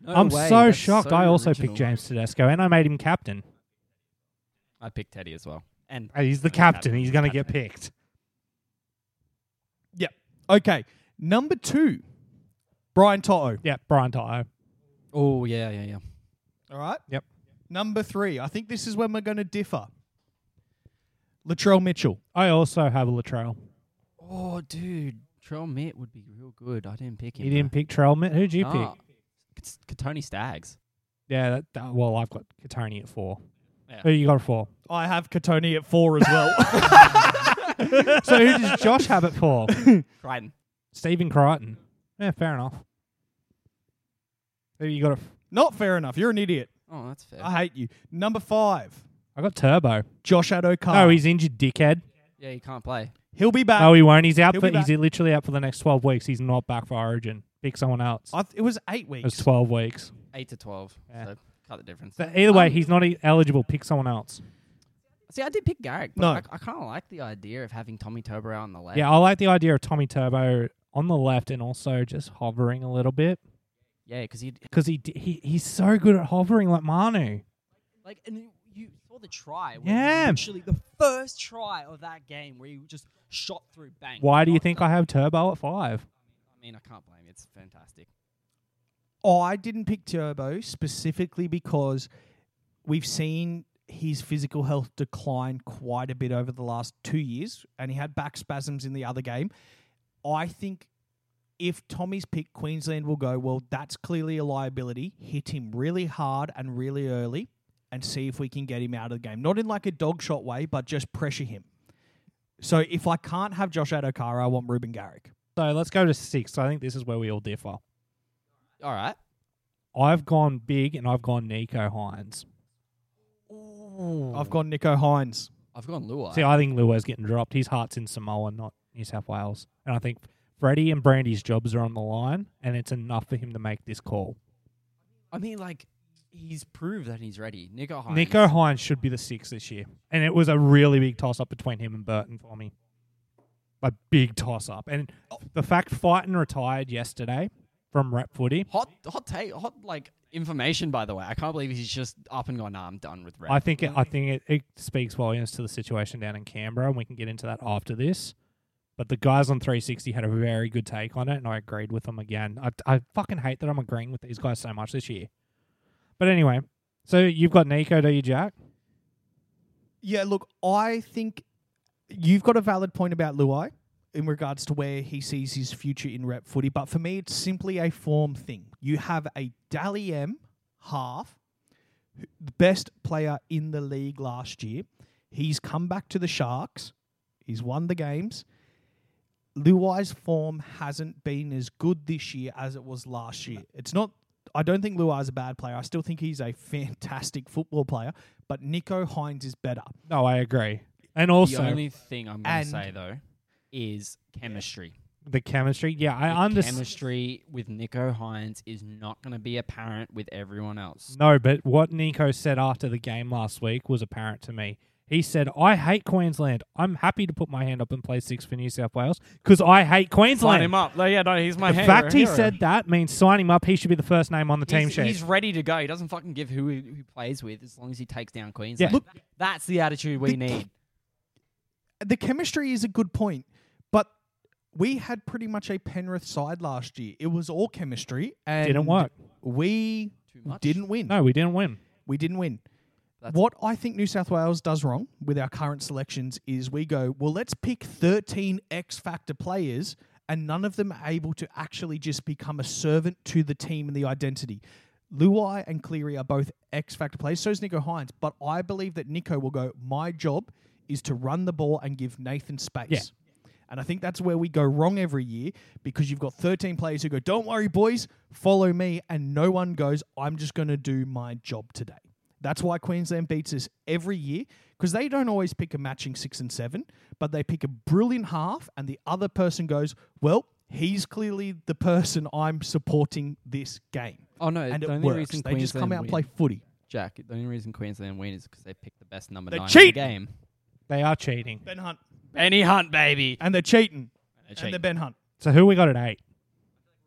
[SPEAKER 2] No
[SPEAKER 3] I'm
[SPEAKER 2] way,
[SPEAKER 3] so
[SPEAKER 2] that's
[SPEAKER 3] shocked.
[SPEAKER 2] so
[SPEAKER 3] I also
[SPEAKER 2] original.
[SPEAKER 3] picked James Tedesco, and I made him captain.
[SPEAKER 2] I picked Teddy as well. And
[SPEAKER 3] Hey, He's the
[SPEAKER 2] No,
[SPEAKER 3] captain.
[SPEAKER 2] captain.
[SPEAKER 3] He's going to get picked.
[SPEAKER 1] Yep. Okay. Number two, Brian Toto.
[SPEAKER 3] Yeah, Brian Tyler.
[SPEAKER 2] oh yeah, yeah, yeah.
[SPEAKER 1] All right.
[SPEAKER 3] Yep.
[SPEAKER 1] Number three, I think this is when we're going to differ. Latrell Mitchell.
[SPEAKER 3] I also have Latrell.
[SPEAKER 2] Oh dude, Trell Mitt would be real good. I didn't pick him.
[SPEAKER 3] You didn't pick Trell. Mitt. Who'd you
[SPEAKER 2] Ah.
[SPEAKER 3] pick?
[SPEAKER 2] Tony Staggs.
[SPEAKER 3] Yeah, that, that- well, I've got Katoni at four.
[SPEAKER 2] Yeah.
[SPEAKER 3] Who you got at four?
[SPEAKER 1] I have Katoni at four as well.
[SPEAKER 3] (laughs)
[SPEAKER 1] (laughs)
[SPEAKER 3] so who does (laughs) Josh have at
[SPEAKER 2] (laughs)
[SPEAKER 3] four?
[SPEAKER 2] Crichton.
[SPEAKER 3] Stephen Crichton. Yeah, fair enough. Who you got? At, f-
[SPEAKER 1] Not fair enough. You're an idiot.
[SPEAKER 2] Oh, that's fair.
[SPEAKER 1] I hate you. Number five,
[SPEAKER 3] I got Turbo.
[SPEAKER 1] Josh Adokar.
[SPEAKER 3] No, he's injured, dickhead.
[SPEAKER 2] yeah, you can't play.
[SPEAKER 1] He'll be back.
[SPEAKER 3] No, he won't. He's out
[SPEAKER 1] he'll
[SPEAKER 3] for.
[SPEAKER 1] be back.
[SPEAKER 3] He's literally out for the next twelve weeks. He's not back for Origin. Pick someone else.
[SPEAKER 1] I th- it was eight
[SPEAKER 3] It was
[SPEAKER 1] weeks.
[SPEAKER 3] twelve weeks.
[SPEAKER 2] Eight to twelve.
[SPEAKER 3] Yeah.
[SPEAKER 2] So cut the difference.
[SPEAKER 3] So either way,
[SPEAKER 2] Um,
[SPEAKER 3] he's not e- eligible. Pick someone else.
[SPEAKER 2] See, I did pick Garrick, but
[SPEAKER 1] No.
[SPEAKER 2] I, I kind of like the idea of having Tommy Turbo out on the left.
[SPEAKER 3] Yeah, I like the idea of Tommy Turbo on the left and also just hovering a little bit
[SPEAKER 2] yeah, because he
[SPEAKER 3] because he, d- he he's so good at hovering like Manu.
[SPEAKER 2] like, and you- you saw the try.
[SPEAKER 3] Yeah.
[SPEAKER 2] yeah, actually, the first try of that game where you just shot through bang.
[SPEAKER 3] Why do you
[SPEAKER 2] Not
[SPEAKER 3] think
[SPEAKER 2] the-
[SPEAKER 3] I have Turbo at five?
[SPEAKER 2] I mean, I can't blame you. It's fantastic.
[SPEAKER 1] I didn't pick Turbo specifically because we've seen his physical health decline quite a bit over the last two years, and he had back spasms in the other game. I think if Tommy's pick, Queensland will go, well, that's clearly a liability. Hit him really hard and really early and see if we can get him out of the game. Not in like a dog shot way, but just pressure him. So if I can't have Josh Adokara, I want Ruben Garrick.
[SPEAKER 3] So let's go to six. I think this is where we all differ.
[SPEAKER 2] All right.
[SPEAKER 3] I've gone big and I've gone Nico Hines.
[SPEAKER 1] I've gone Nico Hines.
[SPEAKER 2] I've gone Lua.
[SPEAKER 3] See, I think Lua's getting dropped. His heart's in Samoa, not New South Wales. And I think Freddie and Brandy's jobs are on the line, and it's enough for him to make this call.
[SPEAKER 2] I mean, like, he's proved that he's ready. Nico Hines.
[SPEAKER 3] Nico Hines should be the six this year. And it was a really big toss up between him and Burton for me. A big toss up. And
[SPEAKER 2] Oh.
[SPEAKER 3] the fact Fighton retired yesterday from rep footy,
[SPEAKER 2] Hot, hot take, hot, like, information, by the way. I can't believe he's just up and gone, nah, I'm done with Red.
[SPEAKER 3] I think it, I think it, it speaks volumes to the situation down in Canberra, and we can get into that after this. But the guys on 360 had a very good take on it, and I agreed with them again. I, I fucking hate that I'm agreeing with these guys so much this year. But anyway, so you've got Nico, do you, Jack?
[SPEAKER 1] Yeah, look, I think you've got a valid point about Luai in regards to where he sees his future in rep footy, but for me, it's simply a form thing. You have a Dally M half, who- the best player in the league last year. He's come back to the Sharks, he's won the games. Luai's form hasn't been as good this year as it was last year. It's not. I don't think Luai's a bad player. I still think he's a (laughs) fantastic football player, but Nico Hines is better.
[SPEAKER 3] No, I agree. And
[SPEAKER 2] the
[SPEAKER 3] also
[SPEAKER 2] only thing I'm going
[SPEAKER 1] and-
[SPEAKER 2] to say, though, is chemistry.
[SPEAKER 3] the chemistry. Yeah, I
[SPEAKER 2] The
[SPEAKER 3] understand.
[SPEAKER 2] Chemistry with Nico Hines is not going to be apparent with everyone else.
[SPEAKER 3] No, but what Nico said after the game last week was apparent to me. He said, I hate Queensland. I'm happy to put my hand up and play six for New South Wales because I hate Queensland.
[SPEAKER 2] up. yeah, no, he's my
[SPEAKER 3] The fact he said that means sign him up. He should be the first name on the team
[SPEAKER 2] he's,
[SPEAKER 3] sheet.
[SPEAKER 2] he's ready to go. He doesn't fucking give who he, who plays with as long as he takes down Queensland.
[SPEAKER 3] look-
[SPEAKER 2] that's the attitude we
[SPEAKER 1] The-
[SPEAKER 2] need.
[SPEAKER 1] the chemistry is a good point, but we had pretty much a Penrith side last year. It was all chemistry and
[SPEAKER 3] Didn't work.
[SPEAKER 1] We
[SPEAKER 2] Too much.
[SPEAKER 1] didn't win.
[SPEAKER 3] No, we didn't win.
[SPEAKER 1] We didn't win.
[SPEAKER 2] That's-
[SPEAKER 1] what I think New South Wales does wrong with our current selections is we go, well, let's pick 13 X Factor players, and none of them are able to actually just become a servant to the team and the identity. Luai and Cleary are both X Factor players, so is Nico Hines. But I believe that Nico will go, my job is to run the ball and give Nathan space.
[SPEAKER 3] Yeah.
[SPEAKER 1] And I think that's where we go wrong every year because you've got 13 players who go, Don't worry, boys, follow me. And no one goes, I'm just going to do my job today. That's why Queensland beats us every year because they don't always pick a matching six and seven, but they pick a brilliant half, and the other person goes, Well, he's clearly the person I'm supporting this game.
[SPEAKER 2] Oh no!
[SPEAKER 1] And
[SPEAKER 2] the
[SPEAKER 1] it
[SPEAKER 2] only
[SPEAKER 1] works.
[SPEAKER 2] reason
[SPEAKER 1] They just come
[SPEAKER 2] Queensland
[SPEAKER 1] out and
[SPEAKER 2] win-
[SPEAKER 1] play footy.
[SPEAKER 2] Jack. The only reason Queensland win is because they picked the best number
[SPEAKER 1] They're
[SPEAKER 2] nine in the
[SPEAKER 1] cheating!
[SPEAKER 2] game.
[SPEAKER 3] They are cheating.
[SPEAKER 1] Ben Hunt.
[SPEAKER 2] Benny Hunt, baby.
[SPEAKER 1] And they're cheating.
[SPEAKER 2] cheating.
[SPEAKER 1] And they're Ben Hunt.
[SPEAKER 3] So who we got at eight?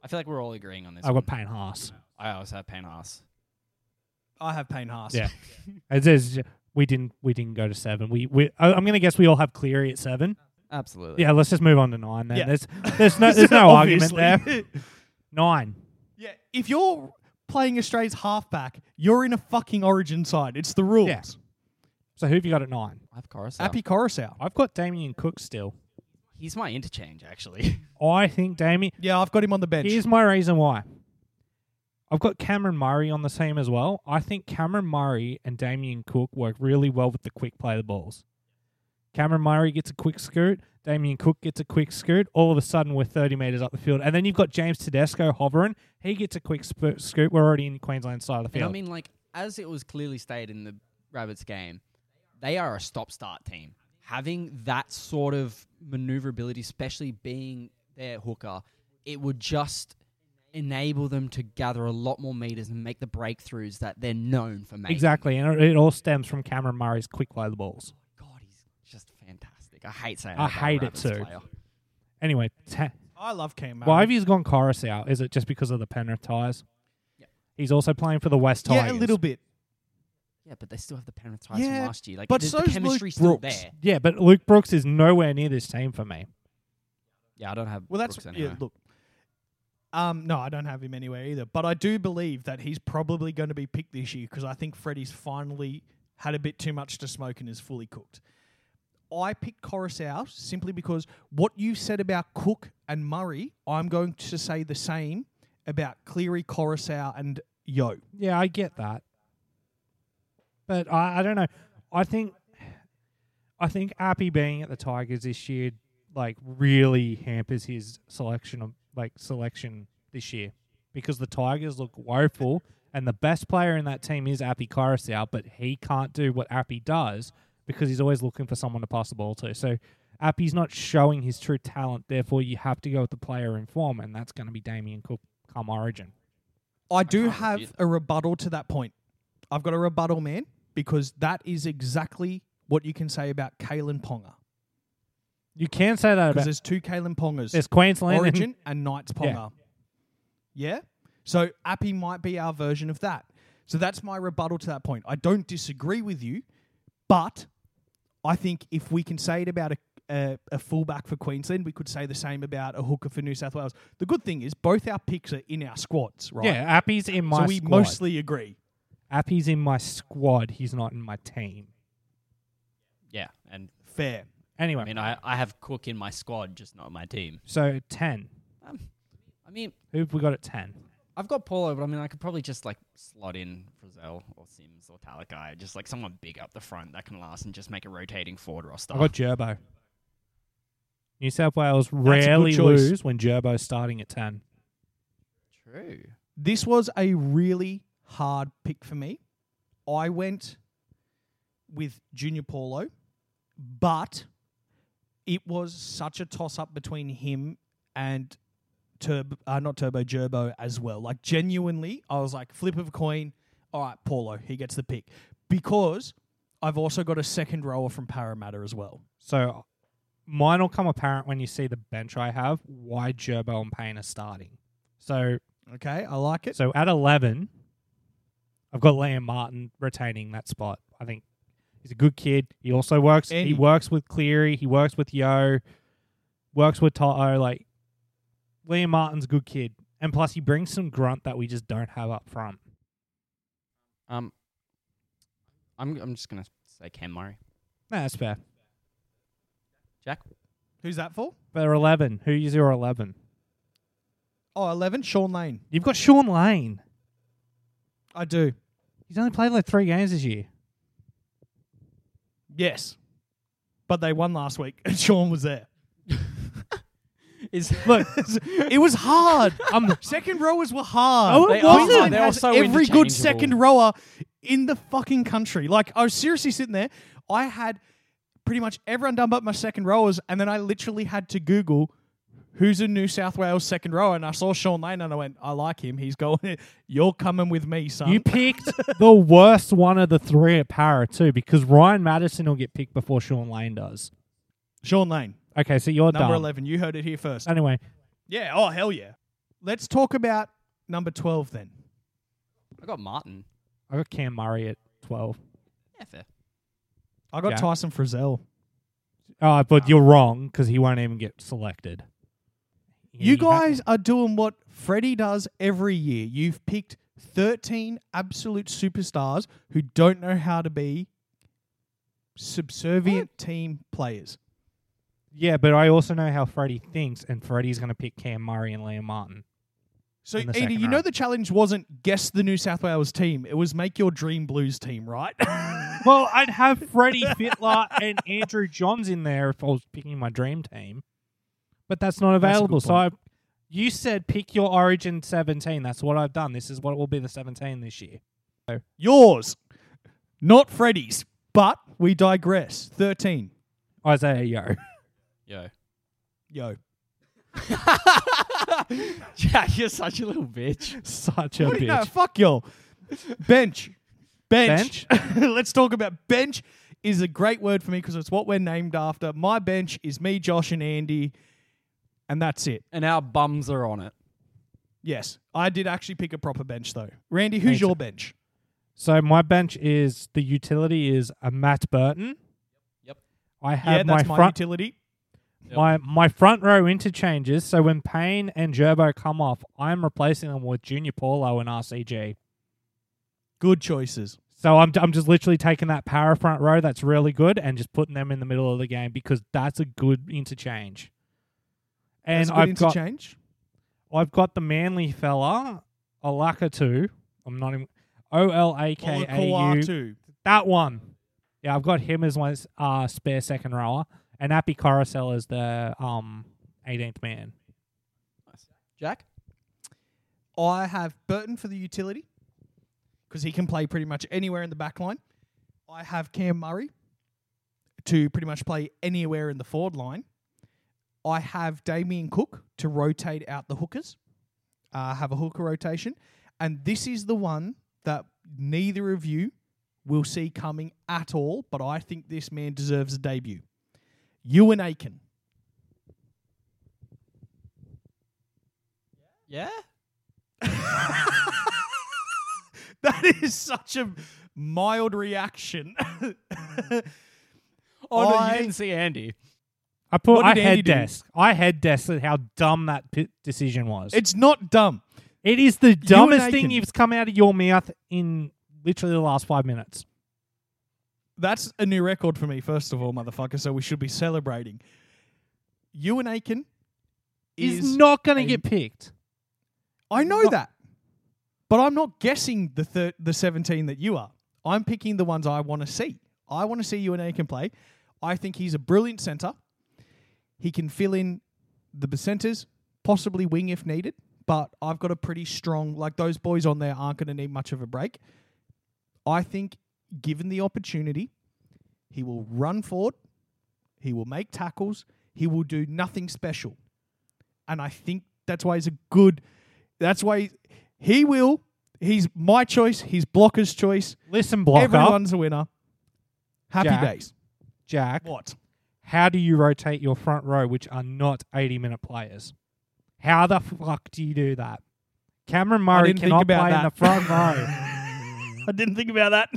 [SPEAKER 2] I feel like we're all agreeing on this.
[SPEAKER 3] I
[SPEAKER 2] one.
[SPEAKER 3] got Payne Haas.
[SPEAKER 2] I also have Payne Haas.
[SPEAKER 1] I have Payne Haas. (laughs)
[SPEAKER 3] Yeah. It says we didn't we didn't go to seven. We, we I- I'm gonna guess we all have Cleary at seven.
[SPEAKER 2] Absolutely.
[SPEAKER 3] Yeah, let's just move on to nine then.
[SPEAKER 1] Yeah.
[SPEAKER 3] There's there's no
[SPEAKER 1] (laughs)
[SPEAKER 3] there's no argument
[SPEAKER 1] Obviously. (laughs)
[SPEAKER 3] there. Nine.
[SPEAKER 1] Yeah, if you're playing Australia's halfback, you're in a fucking origin side. It's the rules.
[SPEAKER 3] Yeah. So who have you got at nine?
[SPEAKER 2] I have Coruscant.
[SPEAKER 1] Happy Coruscant.
[SPEAKER 3] I've got Damien Cook still.
[SPEAKER 2] He's my interchange, actually. (laughs)
[SPEAKER 3] I think Damien
[SPEAKER 1] Yeah, I've got him on the bench.
[SPEAKER 3] here's my reason why. I've got Cameron Murray on the team as well. I think Cameron Murray and Damien Cook work really well with the quick play of the balls. Cameron Murray gets a quick scoot. Damien Cook gets a quick scoot. All of a sudden, we're 30 metres up the field. And then you've got James Tedesco hovering. He gets a quick sp- scoot. We're already in Queensland side of the
[SPEAKER 2] And I
[SPEAKER 3] field.
[SPEAKER 2] mean, like, as it was clearly stated in the Rabbits game, they are a stop start team. Having that sort of maneuverability, especially being their hooker, it would just enable them to gather a lot more meters and make the breakthroughs that they're known for making.
[SPEAKER 3] exactly. And it, it all stems from Cameron Murray's quick play of the balls.
[SPEAKER 2] God, he's just fantastic. I hate saying
[SPEAKER 3] I
[SPEAKER 2] that about a
[SPEAKER 3] hate it
[SPEAKER 2] Rabbits
[SPEAKER 3] too.
[SPEAKER 2] player.
[SPEAKER 3] Anyway, ta-
[SPEAKER 1] I love Cam Murray.
[SPEAKER 3] why have you gone Chorus out? Is it just because of the Penrith ties?
[SPEAKER 2] Yeah.
[SPEAKER 3] He's also playing for the West
[SPEAKER 1] yeah,
[SPEAKER 3] Tigers.
[SPEAKER 1] a little bit.
[SPEAKER 2] Yeah, but they still have the Penrith ties
[SPEAKER 1] Yeah,
[SPEAKER 2] from last year. Like,
[SPEAKER 1] but
[SPEAKER 2] the,
[SPEAKER 1] so's
[SPEAKER 2] the
[SPEAKER 1] Luke
[SPEAKER 2] chemistry's still
[SPEAKER 1] Brooks.
[SPEAKER 2] there.
[SPEAKER 3] Yeah, but Luke Brooks is nowhere near this team for me.
[SPEAKER 2] Yeah, I don't have.
[SPEAKER 1] Well, that's
[SPEAKER 2] Brooks
[SPEAKER 1] yeah,
[SPEAKER 2] anyway.
[SPEAKER 1] look. Um, no, I don't have him anywhere either. But I do believe that he's probably going to be picked this year because I think Freddie's finally had a bit too much to smoke and is fully cooked. I picked Coruscant out simply because what you said about Cook and Murray, I'm going to say the same about Cleary, Coruscant, and Yo.
[SPEAKER 3] Yeah, I get that. But I, I don't know. I think I think Appy being at the Tigers this year like really hampers his selection of like selection this year because the Tigers look woeful and the best player in that team is Appy Coruscant, but he can't do what Appy does because he's always looking for someone to pass the ball to. So Appy's not showing his true talent, therefore you have to go with the player in form and that's going to be Damien Cook come origin.
[SPEAKER 1] I do
[SPEAKER 2] can't
[SPEAKER 1] have
[SPEAKER 2] refute
[SPEAKER 1] a rebuttal to that point. I've got a rebuttal, man, because that is exactly what you can say about Kalen Ponga.
[SPEAKER 3] You can say that
[SPEAKER 1] Because
[SPEAKER 3] about
[SPEAKER 1] there's two Kalen Pongas.
[SPEAKER 3] There's Queensland and-
[SPEAKER 1] Origin and Knights Ponga. Yeah. So Appy might be our version of that. So that's my rebuttal to that point. I don't disagree with you, but I think if we can say it about a, a, a fullback for Queensland, we could say the same about a hooker for New South Wales. The good thing is both our picks are in our squads, right?
[SPEAKER 3] Yeah, Appy's in my
[SPEAKER 1] So we
[SPEAKER 3] squad.
[SPEAKER 1] mostly agree.
[SPEAKER 3] Appy's in my squad. He's not in my team.
[SPEAKER 2] Yeah, and
[SPEAKER 1] Fair.
[SPEAKER 3] Anyway,
[SPEAKER 2] I mean, I, I have Cook in my squad, just not my team.
[SPEAKER 3] so ten.
[SPEAKER 2] Um, I mean,
[SPEAKER 3] Who have we got at ten?
[SPEAKER 2] I've got Paulo, but I mean, I could probably just like slot in Frizzell or Sims or Talakai, just like someone big up the front that can last and just make a rotating forward roster.
[SPEAKER 3] I got Gerbo. New South Wales
[SPEAKER 1] good
[SPEAKER 3] rarely
[SPEAKER 1] choice.
[SPEAKER 3] lose when Gerbo's starting at ten.
[SPEAKER 2] True.
[SPEAKER 1] this was a really hard pick for me. I went with Junior Paulo, but it was such a toss up between him and Turbo, uh, not Turbo, Gerbo as well. Like, genuinely, I was like, flip of a coin. All right, Paulo, he gets the pick. Because I've also got a second rower from Parramatta as well.
[SPEAKER 3] So mine will come apparent when you see the bench I have. Why Gerbo and Payne are starting. So
[SPEAKER 1] Okay, I like it.
[SPEAKER 3] so at eleven, I've got Liam Martin retaining that spot. I think he's a good kid. He also works.
[SPEAKER 1] And he-
[SPEAKER 3] he works with Cleary. He works with Yo. works with Toto. Like Liam Martin's a good kid, and plus he brings some grunt that we just don't have up front.
[SPEAKER 2] Um, I'm I'm just gonna say Cam Murray.
[SPEAKER 3] Nah, that's fair.
[SPEAKER 2] Jack,
[SPEAKER 1] Who's that for?
[SPEAKER 3] They're eleven. Who's your eleven?
[SPEAKER 1] Oh, 11, Sean Lane.
[SPEAKER 3] You've got Sean Lane.
[SPEAKER 1] I do.
[SPEAKER 3] He's only played like three games this year.
[SPEAKER 1] Yes. But they won last week (laughs) and Sean was
[SPEAKER 3] (laughs)
[SPEAKER 1] there.
[SPEAKER 2] is
[SPEAKER 1] Look, it was hard.
[SPEAKER 3] (laughs)
[SPEAKER 1] second rowers were hard.
[SPEAKER 3] Oh, it
[SPEAKER 1] They-
[SPEAKER 3] wasn't.
[SPEAKER 1] Queensland
[SPEAKER 2] They're all
[SPEAKER 1] has
[SPEAKER 2] so
[SPEAKER 1] every good
[SPEAKER 2] interchangeable.
[SPEAKER 1] second rower in the fucking country. Like I was seriously sitting there. I had pretty much everyone done but my second rowers, and then I literally had to Google who's a New South Wales second rower, and I saw Sean Lane, and I went, I like him. He's going. You're coming with me, son.
[SPEAKER 3] You picked the worst one of the three at Para too, because Ryan Madison will get picked before Sean Lane does.
[SPEAKER 1] (laughs) Sean Lane,
[SPEAKER 3] Okay, so you're
[SPEAKER 1] number
[SPEAKER 3] done.
[SPEAKER 1] eleven. You heard it here first.
[SPEAKER 3] Anyway,
[SPEAKER 1] Yeah. Oh hell yeah. Let's talk about number twelve then.
[SPEAKER 2] I got Martin.
[SPEAKER 3] I got Cam Murray at twelve.
[SPEAKER 2] Yeah, fair.
[SPEAKER 1] I got
[SPEAKER 3] Yeah.
[SPEAKER 1] Tyson Frizzell.
[SPEAKER 3] Oh, but you're wrong because he won't even get selected.
[SPEAKER 1] You
[SPEAKER 3] He ha-
[SPEAKER 1] guys are doing what Freddie does every year. You've picked 13 absolute superstars who don't know how to be subservient team players.
[SPEAKER 3] yeah, but I also know how Freddie thinks, and Freddie's going to pick Cam Murray and Liam Martin.
[SPEAKER 1] So,
[SPEAKER 3] In the
[SPEAKER 1] Edie,
[SPEAKER 3] second
[SPEAKER 1] you know
[SPEAKER 3] round.
[SPEAKER 1] the challenge wasn't guess the New South Wales team, it was make your dream Blues team, right? (laughs)
[SPEAKER 3] Well, I'd have Freddie Fitler and Andrew Johns in there if I was picking my dream team, but that's not
[SPEAKER 1] That's a good
[SPEAKER 3] available. so I, you said pick your Origin 17. That's what I've done. This is what will be the 17 this year.
[SPEAKER 1] Yours, not Freddie's. But we digress. 13.
[SPEAKER 3] Isaiah
[SPEAKER 1] (laughs)
[SPEAKER 3] Yo.
[SPEAKER 2] Yo.
[SPEAKER 1] Yo.
[SPEAKER 2] (laughs) Jack, you're such a little bitch.
[SPEAKER 3] Such a
[SPEAKER 1] What do
[SPEAKER 3] bitch.
[SPEAKER 1] you- No, fuck y'all. Bench. Bench. (laughs)
[SPEAKER 3] Bench?
[SPEAKER 1] Let's talk about bench is a great word for me because it's what we're named after. My bench is me, Josh, and Andy, and that's it.
[SPEAKER 2] And our bums are on it.
[SPEAKER 1] Yes. I did actually pick a proper bench though. Randy, who's
[SPEAKER 3] Me
[SPEAKER 1] your bench?
[SPEAKER 3] (laughs) So my bench is the utility is a Matt Burton.
[SPEAKER 2] Yep.
[SPEAKER 3] I
[SPEAKER 1] yeah,
[SPEAKER 3] have my
[SPEAKER 1] that's my,
[SPEAKER 3] front
[SPEAKER 1] utility.
[SPEAKER 2] Yep.
[SPEAKER 3] my my front row interchanges. So when Payne and Gerbo come off, I'm replacing them with Junior Paulo and RCG.
[SPEAKER 1] Good choices.
[SPEAKER 3] So I'm I'm just literally taking that power front row that's really good and just putting them in the middle of the game because that's a good interchange. And
[SPEAKER 1] That's a good
[SPEAKER 3] I've got
[SPEAKER 1] interchange.
[SPEAKER 3] I've got the manly fella, Alaka two. I'm not even O L A K A U
[SPEAKER 1] Olukwatu.
[SPEAKER 3] that one. Yeah, I've got him as my uh, spare second rower, and Appy Coruscant is the um 18th man.
[SPEAKER 2] Jack?
[SPEAKER 1] I have Burton for the utility because he can play pretty much anywhere in the back line. I have Cam Murray to pretty much play anywhere in the forward line. I have Damien Cook to rotate out the hookers, uh, have a hooker rotation. And this is the one that neither of you will see coming at all, but I think this man deserves a debut. Ewan Aiken.
[SPEAKER 2] Yeah?
[SPEAKER 1] (laughs) That is such a mild reaction. (laughs)
[SPEAKER 2] Oh, no,
[SPEAKER 1] I-
[SPEAKER 2] you didn't see Andy.
[SPEAKER 3] I put
[SPEAKER 1] What
[SPEAKER 3] I
[SPEAKER 1] did Andy
[SPEAKER 3] head
[SPEAKER 1] do?
[SPEAKER 3] desk. I head desk at how dumb that p- decision was.
[SPEAKER 1] it's not dumb.
[SPEAKER 3] it is the dumbest thing
[SPEAKER 1] Aiken.
[SPEAKER 3] you've come out of your mouth in literally the last five minutes.
[SPEAKER 1] That's a new record for me, first of all, motherfucker. So we should be celebrating. Ewan Aiken
[SPEAKER 3] Is,
[SPEAKER 1] is.
[SPEAKER 3] not going
[SPEAKER 1] a-
[SPEAKER 3] to get picked.
[SPEAKER 1] I know
[SPEAKER 3] not-
[SPEAKER 1] that, but I'm not guessing the thir- the 17 that you are. I'm picking the ones I want to see. I want to see Ewan Aiken play. I think he's a brilliant centre. He can fill in the centres, possibly wing if needed. But I've got a pretty strong like those boys on there aren't going to need much of a break. I think, given the opportunity, he will run forward, he will make tackles, he will do nothing special, and I think that's why he's a good. That's why he, he will. He's my choice. He's blocker's choice.
[SPEAKER 3] Listen, blocker
[SPEAKER 1] Everyone's a winner. Happy
[SPEAKER 3] Jack.
[SPEAKER 1] days.
[SPEAKER 3] Jack.
[SPEAKER 1] What?
[SPEAKER 3] How do you rotate your front row, which are not 80 minute players? How the fuck do you do that? Cameron Murray
[SPEAKER 1] didn't think
[SPEAKER 3] cannot play
[SPEAKER 1] about
[SPEAKER 3] in the
[SPEAKER 1] that.
[SPEAKER 3] front row.
[SPEAKER 1] (laughs) I didn't think about that.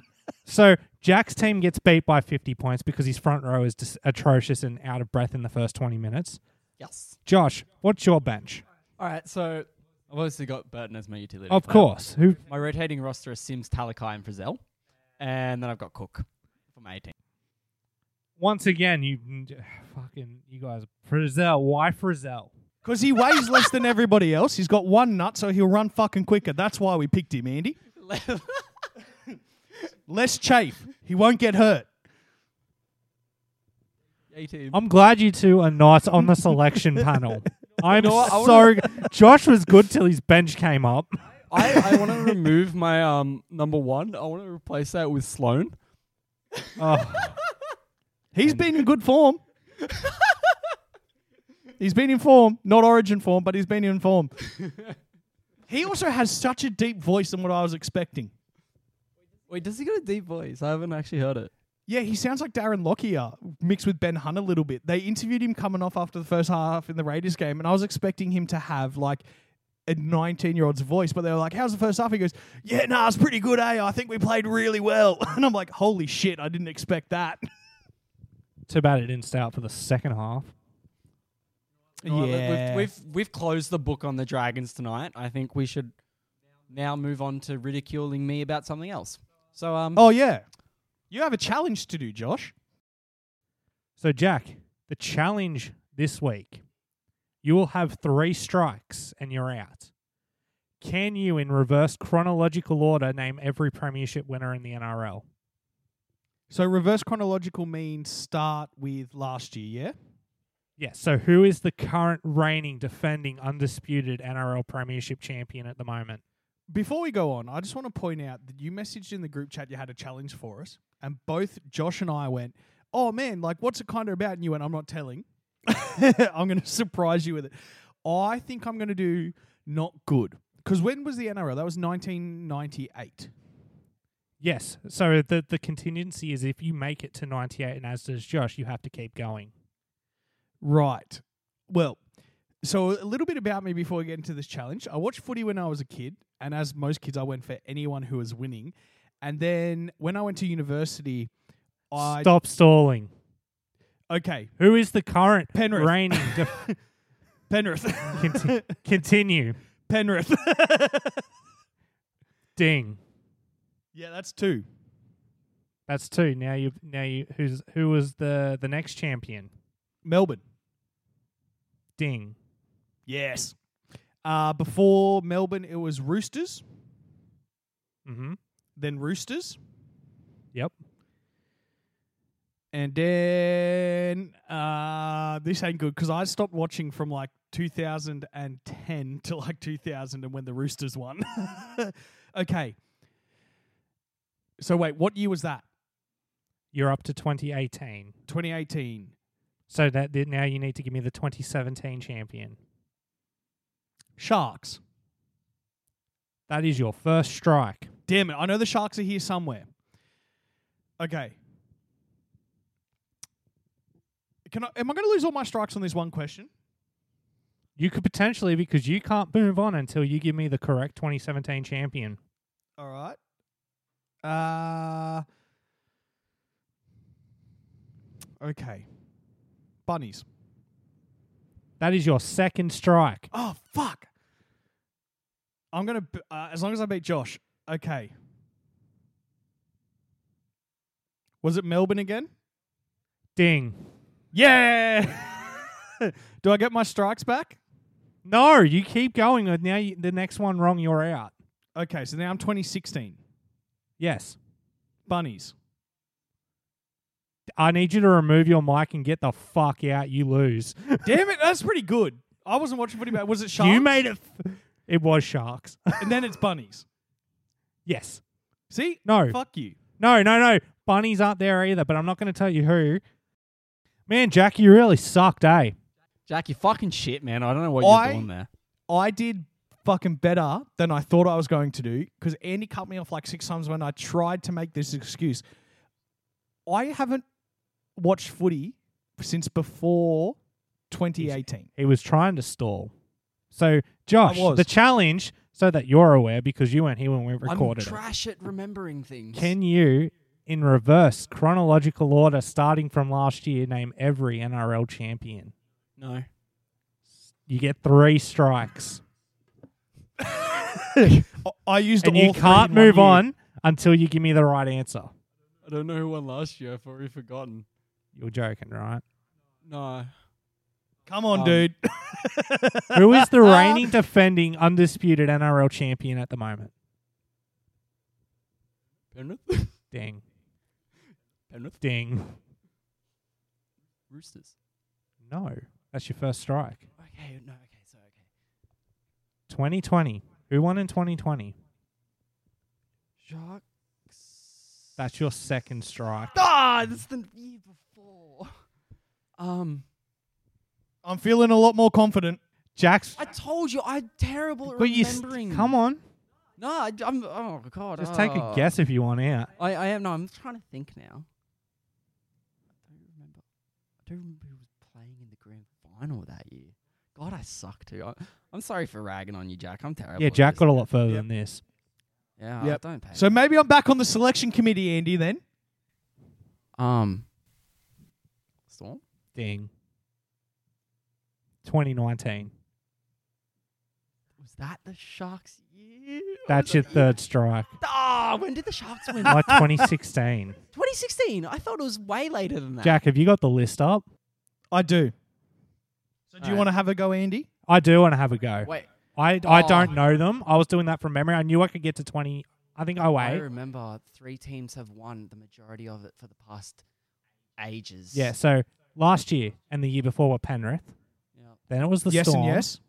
[SPEAKER 3] So Jack's team gets beat by 50 points because his front row is dis- atrocious and out of breath in the first 20 minutes.
[SPEAKER 2] Yes.
[SPEAKER 3] Josh, what's your bench?
[SPEAKER 2] All right. So I've obviously got Burton as my utility.
[SPEAKER 3] Of
[SPEAKER 2] for that.
[SPEAKER 3] course. Who?
[SPEAKER 2] My rotating roster is Sims, Talakai, and Frizzell. And then I've got Cook for my 18.
[SPEAKER 3] Once again, you (sighs) fucking you guys. Frizzell, why Frizzell?
[SPEAKER 1] Because he weighs less than everybody else. He's got one nut, so he'll run fucking quicker. That's why we picked him, (laughs) Andy. Less chafe. He won't get hurt.
[SPEAKER 2] 18.
[SPEAKER 3] I'm glad you two are not on
[SPEAKER 2] (laughs)
[SPEAKER 3] the selection panel. I'm
[SPEAKER 2] You know what? I
[SPEAKER 3] so. Josh was good till his bench
[SPEAKER 2] (laughs)
[SPEAKER 3] came up.
[SPEAKER 2] (laughs) I, I want to remove my um number one. I want to replace that with Sloan.
[SPEAKER 3] Oh,
[SPEAKER 1] He's been in good form. he's been in form, not origin form, but he's been in
[SPEAKER 3] (laughs)
[SPEAKER 1] form. he also has such a deep voice than what I was expecting.
[SPEAKER 2] Wait, does he got a deep voice? I haven't actually heard it.
[SPEAKER 1] Yeah, he sounds like Darren Lockyer mixed with Ben Hunt a little bit. They interviewed him coming off after the first half in the Raiders game, and I was expecting him to have like a 19 year old's voice, but they were like, How's the first half? He goes, Yeah, nah, it's pretty good, eh? I think we played really well. (laughs) And I'm like, Holy shit, I didn't expect that. (laughs)
[SPEAKER 3] too bad it didn't stay out for the second half.
[SPEAKER 2] You know what, let-
[SPEAKER 1] Yeah.
[SPEAKER 2] We've, we've we've closed the book on the Dragons tonight. I think we should now move on to ridiculing me about something else. So um
[SPEAKER 1] Oh, yeah. You have a challenge to do, Josh.
[SPEAKER 3] So, Jack, the challenge this week you will have three strikes and you're out. Can you, in reverse chronological order, name every premiership winner in the NRL?
[SPEAKER 1] So reverse chronological means start with last year, yeah?
[SPEAKER 3] Yes. So, who is the current reigning, defending, undisputed NRL premiership champion at the moment?
[SPEAKER 1] Before we go on, I just want to point out that you messaged in the group chat you had a challenge for us, and both Josh and I went, Oh man, like what's it kind of about? And you went, I'm not telling. (laughs) I'm going to surprise you with it. I think I'm going to do not good. Because when was the NRL? That was 1998.
[SPEAKER 3] Yes. So, the, the contingency is if you make it to 98, and as does Josh, you have to keep going.
[SPEAKER 1] Right. Well, so a little bit about me before we get into this challenge. I watched footy when I was a kid, and as most kids, I went for anyone who was winning. And then when I went to university, I
[SPEAKER 3] Stop stalling.
[SPEAKER 1] okay
[SPEAKER 3] Who is the current
[SPEAKER 1] Penrith.
[SPEAKER 3] reigning?
[SPEAKER 1] (laughs)
[SPEAKER 3] Def-
[SPEAKER 1] Penrith,
[SPEAKER 3] conti- continue.
[SPEAKER 1] (laughs) Penrith. (laughs)
[SPEAKER 3] Ding.
[SPEAKER 1] yeah, that's two.
[SPEAKER 3] That's two. Now you now you who's who was the the next champion?
[SPEAKER 1] Melbourne.
[SPEAKER 3] Ding.
[SPEAKER 1] Yes. Uh, before Melbourne, it was Roosters,
[SPEAKER 3] Mhm.
[SPEAKER 1] then Roosters,
[SPEAKER 3] Yep.
[SPEAKER 1] and then uh, this ain't good because I stopped watching from like 2010 to like 2000 and when the Roosters won. (laughs) okay. So wait, what year was that?
[SPEAKER 3] You're up to 2018.
[SPEAKER 1] 2018.
[SPEAKER 3] So that that- now you need to give me the 2017 champion.
[SPEAKER 1] Sharks.
[SPEAKER 3] That is your first strike.
[SPEAKER 1] Damn it! I know the Sharks are here somewhere. Okay. Can I? Am I going to lose all my strikes on this one question?
[SPEAKER 3] You could potentially because you can't move on until you give me the correct 2017 champion.
[SPEAKER 1] All right. Uh Okay. Bunnies.
[SPEAKER 3] That is your second strike.
[SPEAKER 1] Oh fuck. I'm going to uh, as long as I beat Josh. Okay. Was it Melbourne again?
[SPEAKER 3] Ding.
[SPEAKER 1] Yeah. (laughs) Do I get my strikes back?
[SPEAKER 3] No, you keep going. and Now you, the next one wrong, you're out.
[SPEAKER 1] Okay, so now I'm 2016.
[SPEAKER 3] Yes.
[SPEAKER 1] Bunnies.
[SPEAKER 3] I need you to remove your mic and get the fuck out. You lose. (laughs)
[SPEAKER 1] Damn it, that's pretty good. I wasn't watching footy, but was it Sharks?
[SPEAKER 3] You made it. F- it was sharks. (laughs)
[SPEAKER 1] and then it's bunnies.
[SPEAKER 3] yes.
[SPEAKER 1] See?
[SPEAKER 3] No.
[SPEAKER 1] Fuck you.
[SPEAKER 3] No. No. No. Bunnies aren't there either. But I'm not going to tell you who. Man, Jack, you really sucked, eh?
[SPEAKER 2] Jack, you fucking shit, man. I don't know what
[SPEAKER 1] I-
[SPEAKER 2] you're doing there.
[SPEAKER 1] I did fucking better than I thought I was going to do because Andy cut me off like six times when I tried to make this excuse. I haven't watched footy since before 2018.
[SPEAKER 3] He was trying to stall. So, Josh,
[SPEAKER 1] I was.
[SPEAKER 3] the challenge, so that you're aware, because you weren't here when we
[SPEAKER 2] I'm
[SPEAKER 3] recorded it.
[SPEAKER 2] trash at remembering things.
[SPEAKER 3] Can you, in reverse chronological order, starting from last year, name every NRL champion?
[SPEAKER 2] no.
[SPEAKER 3] You get three strikes,
[SPEAKER 1] I used
[SPEAKER 3] and
[SPEAKER 1] all
[SPEAKER 3] you
[SPEAKER 1] three
[SPEAKER 3] can't
[SPEAKER 1] in one
[SPEAKER 3] move
[SPEAKER 1] year.
[SPEAKER 3] on until you give me the right answer.
[SPEAKER 2] I don't know who won last year. I've already forgotten.
[SPEAKER 3] You're joking, right?
[SPEAKER 2] No.
[SPEAKER 1] Come on, (laughs)
[SPEAKER 2] Um,
[SPEAKER 1] dude.
[SPEAKER 3] Who is
[SPEAKER 1] (laughs)
[SPEAKER 3] the reigning, defending, undisputed NRL champion at the moment?
[SPEAKER 2] Penrith? (laughs)
[SPEAKER 3] Ding,
[SPEAKER 2] Penrith?
[SPEAKER 3] ding.
[SPEAKER 2] Roosters.
[SPEAKER 3] No, that's your first strike.
[SPEAKER 2] Okay, no, okay, so okay.
[SPEAKER 3] 2020. Who won in 2020?
[SPEAKER 2] Sharks.
[SPEAKER 3] That's your second strike.
[SPEAKER 2] Ah, that's the year before. Um,
[SPEAKER 1] I'm feeling a lot more confident.
[SPEAKER 3] Jack's.
[SPEAKER 2] I told you I'm terrible at
[SPEAKER 3] But you st-
[SPEAKER 2] remembering.
[SPEAKER 3] come on,
[SPEAKER 2] No, I, am Oh God.
[SPEAKER 3] just take a
[SPEAKER 2] ah.
[SPEAKER 3] guess if you want out.
[SPEAKER 2] I, I am. No, I'm trying to think now. I don't remember. I don't remember who was playing in the grand final that year. God, I suck too. I, I'm sorry for ragging on you, Jack. I'm terrible.
[SPEAKER 3] Yeah,
[SPEAKER 2] at
[SPEAKER 3] Jack
[SPEAKER 2] this.
[SPEAKER 3] got a lot further
[SPEAKER 1] Yep.
[SPEAKER 3] than this.
[SPEAKER 2] Yeah,
[SPEAKER 1] Yep.
[SPEAKER 2] I don't pay.
[SPEAKER 1] So maybe I'm back on the selection committee, Andy. Then
[SPEAKER 2] um, Storm.
[SPEAKER 3] Ding. 2019.
[SPEAKER 2] Was that the Sharks year?
[SPEAKER 3] That's your third
[SPEAKER 2] (laughs)
[SPEAKER 3] strike.
[SPEAKER 2] Ah, when did the Sharks win? (laughs)
[SPEAKER 3] Like 2016.
[SPEAKER 2] 2016. I thought it was way later than that.
[SPEAKER 3] Jack, have you got the list up?
[SPEAKER 1] I do. So do you
[SPEAKER 2] Alright.
[SPEAKER 1] want to have a go, Andy?
[SPEAKER 3] I do want to have a go.
[SPEAKER 2] Wait,
[SPEAKER 3] I, I
[SPEAKER 2] Oh.
[SPEAKER 3] don't know them. I was doing that from memory. I knew I could get to 20. I think oh I
[SPEAKER 2] I
[SPEAKER 3] wait.
[SPEAKER 2] remember three teams have won the majority of it for the past ages.
[SPEAKER 3] Yeah, so last year and the year before were Penrith.
[SPEAKER 2] Yeah.
[SPEAKER 3] Then it was the
[SPEAKER 1] yes
[SPEAKER 3] Storm.
[SPEAKER 1] and yes.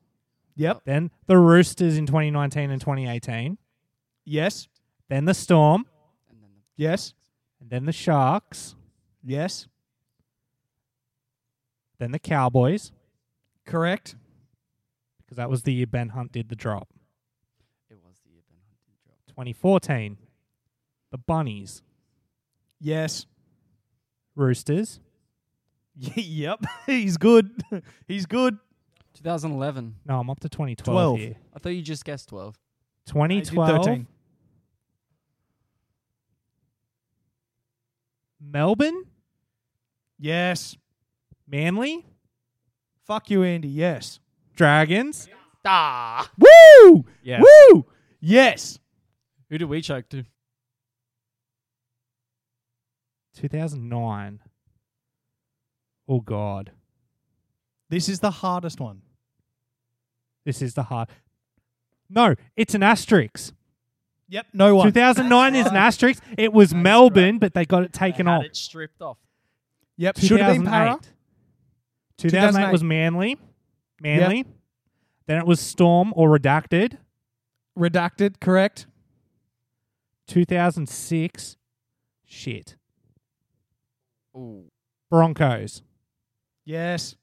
[SPEAKER 1] Yep.
[SPEAKER 3] Then the Roosters in 2019 and 2018.
[SPEAKER 1] Yes.
[SPEAKER 3] Then the Storm.
[SPEAKER 2] And then the
[SPEAKER 1] Yes.
[SPEAKER 3] And then the Sharks.
[SPEAKER 1] Yes.
[SPEAKER 3] Then the Cowboys.
[SPEAKER 1] Correct.
[SPEAKER 3] Because that was the year Ben Hunt did the drop.
[SPEAKER 2] It was the year Ben Hunt did drop.
[SPEAKER 3] 2014. The Bunnies.
[SPEAKER 1] Yes. (laughs)
[SPEAKER 3] Roosters.
[SPEAKER 1] yep. He's good. (laughs) He's good.
[SPEAKER 2] 2011.
[SPEAKER 3] No, I'm up to 2012
[SPEAKER 1] 12.
[SPEAKER 3] here.
[SPEAKER 2] I thought you just guessed
[SPEAKER 1] I
[SPEAKER 2] 12.
[SPEAKER 1] did
[SPEAKER 3] 2012.
[SPEAKER 1] 13.
[SPEAKER 3] Melbourne.
[SPEAKER 1] Yes.
[SPEAKER 3] Manly.
[SPEAKER 1] Fuck you, Andy. Yes.
[SPEAKER 3] Dragons.
[SPEAKER 2] Ah!
[SPEAKER 1] Woo!
[SPEAKER 2] Yeah.
[SPEAKER 1] Woo! Yes.
[SPEAKER 2] Who did we choke to?
[SPEAKER 3] 2009. Oh, God.
[SPEAKER 1] This is the hardest one.
[SPEAKER 3] This is the hard. No, it's an asterisk.
[SPEAKER 1] Yep. No one. (laughs)
[SPEAKER 3] 2009 is an asterisk. It was Melbourne, but they got it taken off.
[SPEAKER 2] it stripped off.
[SPEAKER 1] Yep. Should have been para.
[SPEAKER 3] 2008. 2008 was
[SPEAKER 1] 2008.
[SPEAKER 3] Manly. Manly. Then it was Storm or Redacted.
[SPEAKER 1] Redacted. Correct.
[SPEAKER 3] 2006. Shit.
[SPEAKER 2] Ooh.
[SPEAKER 3] Broncos.
[SPEAKER 1] Yes.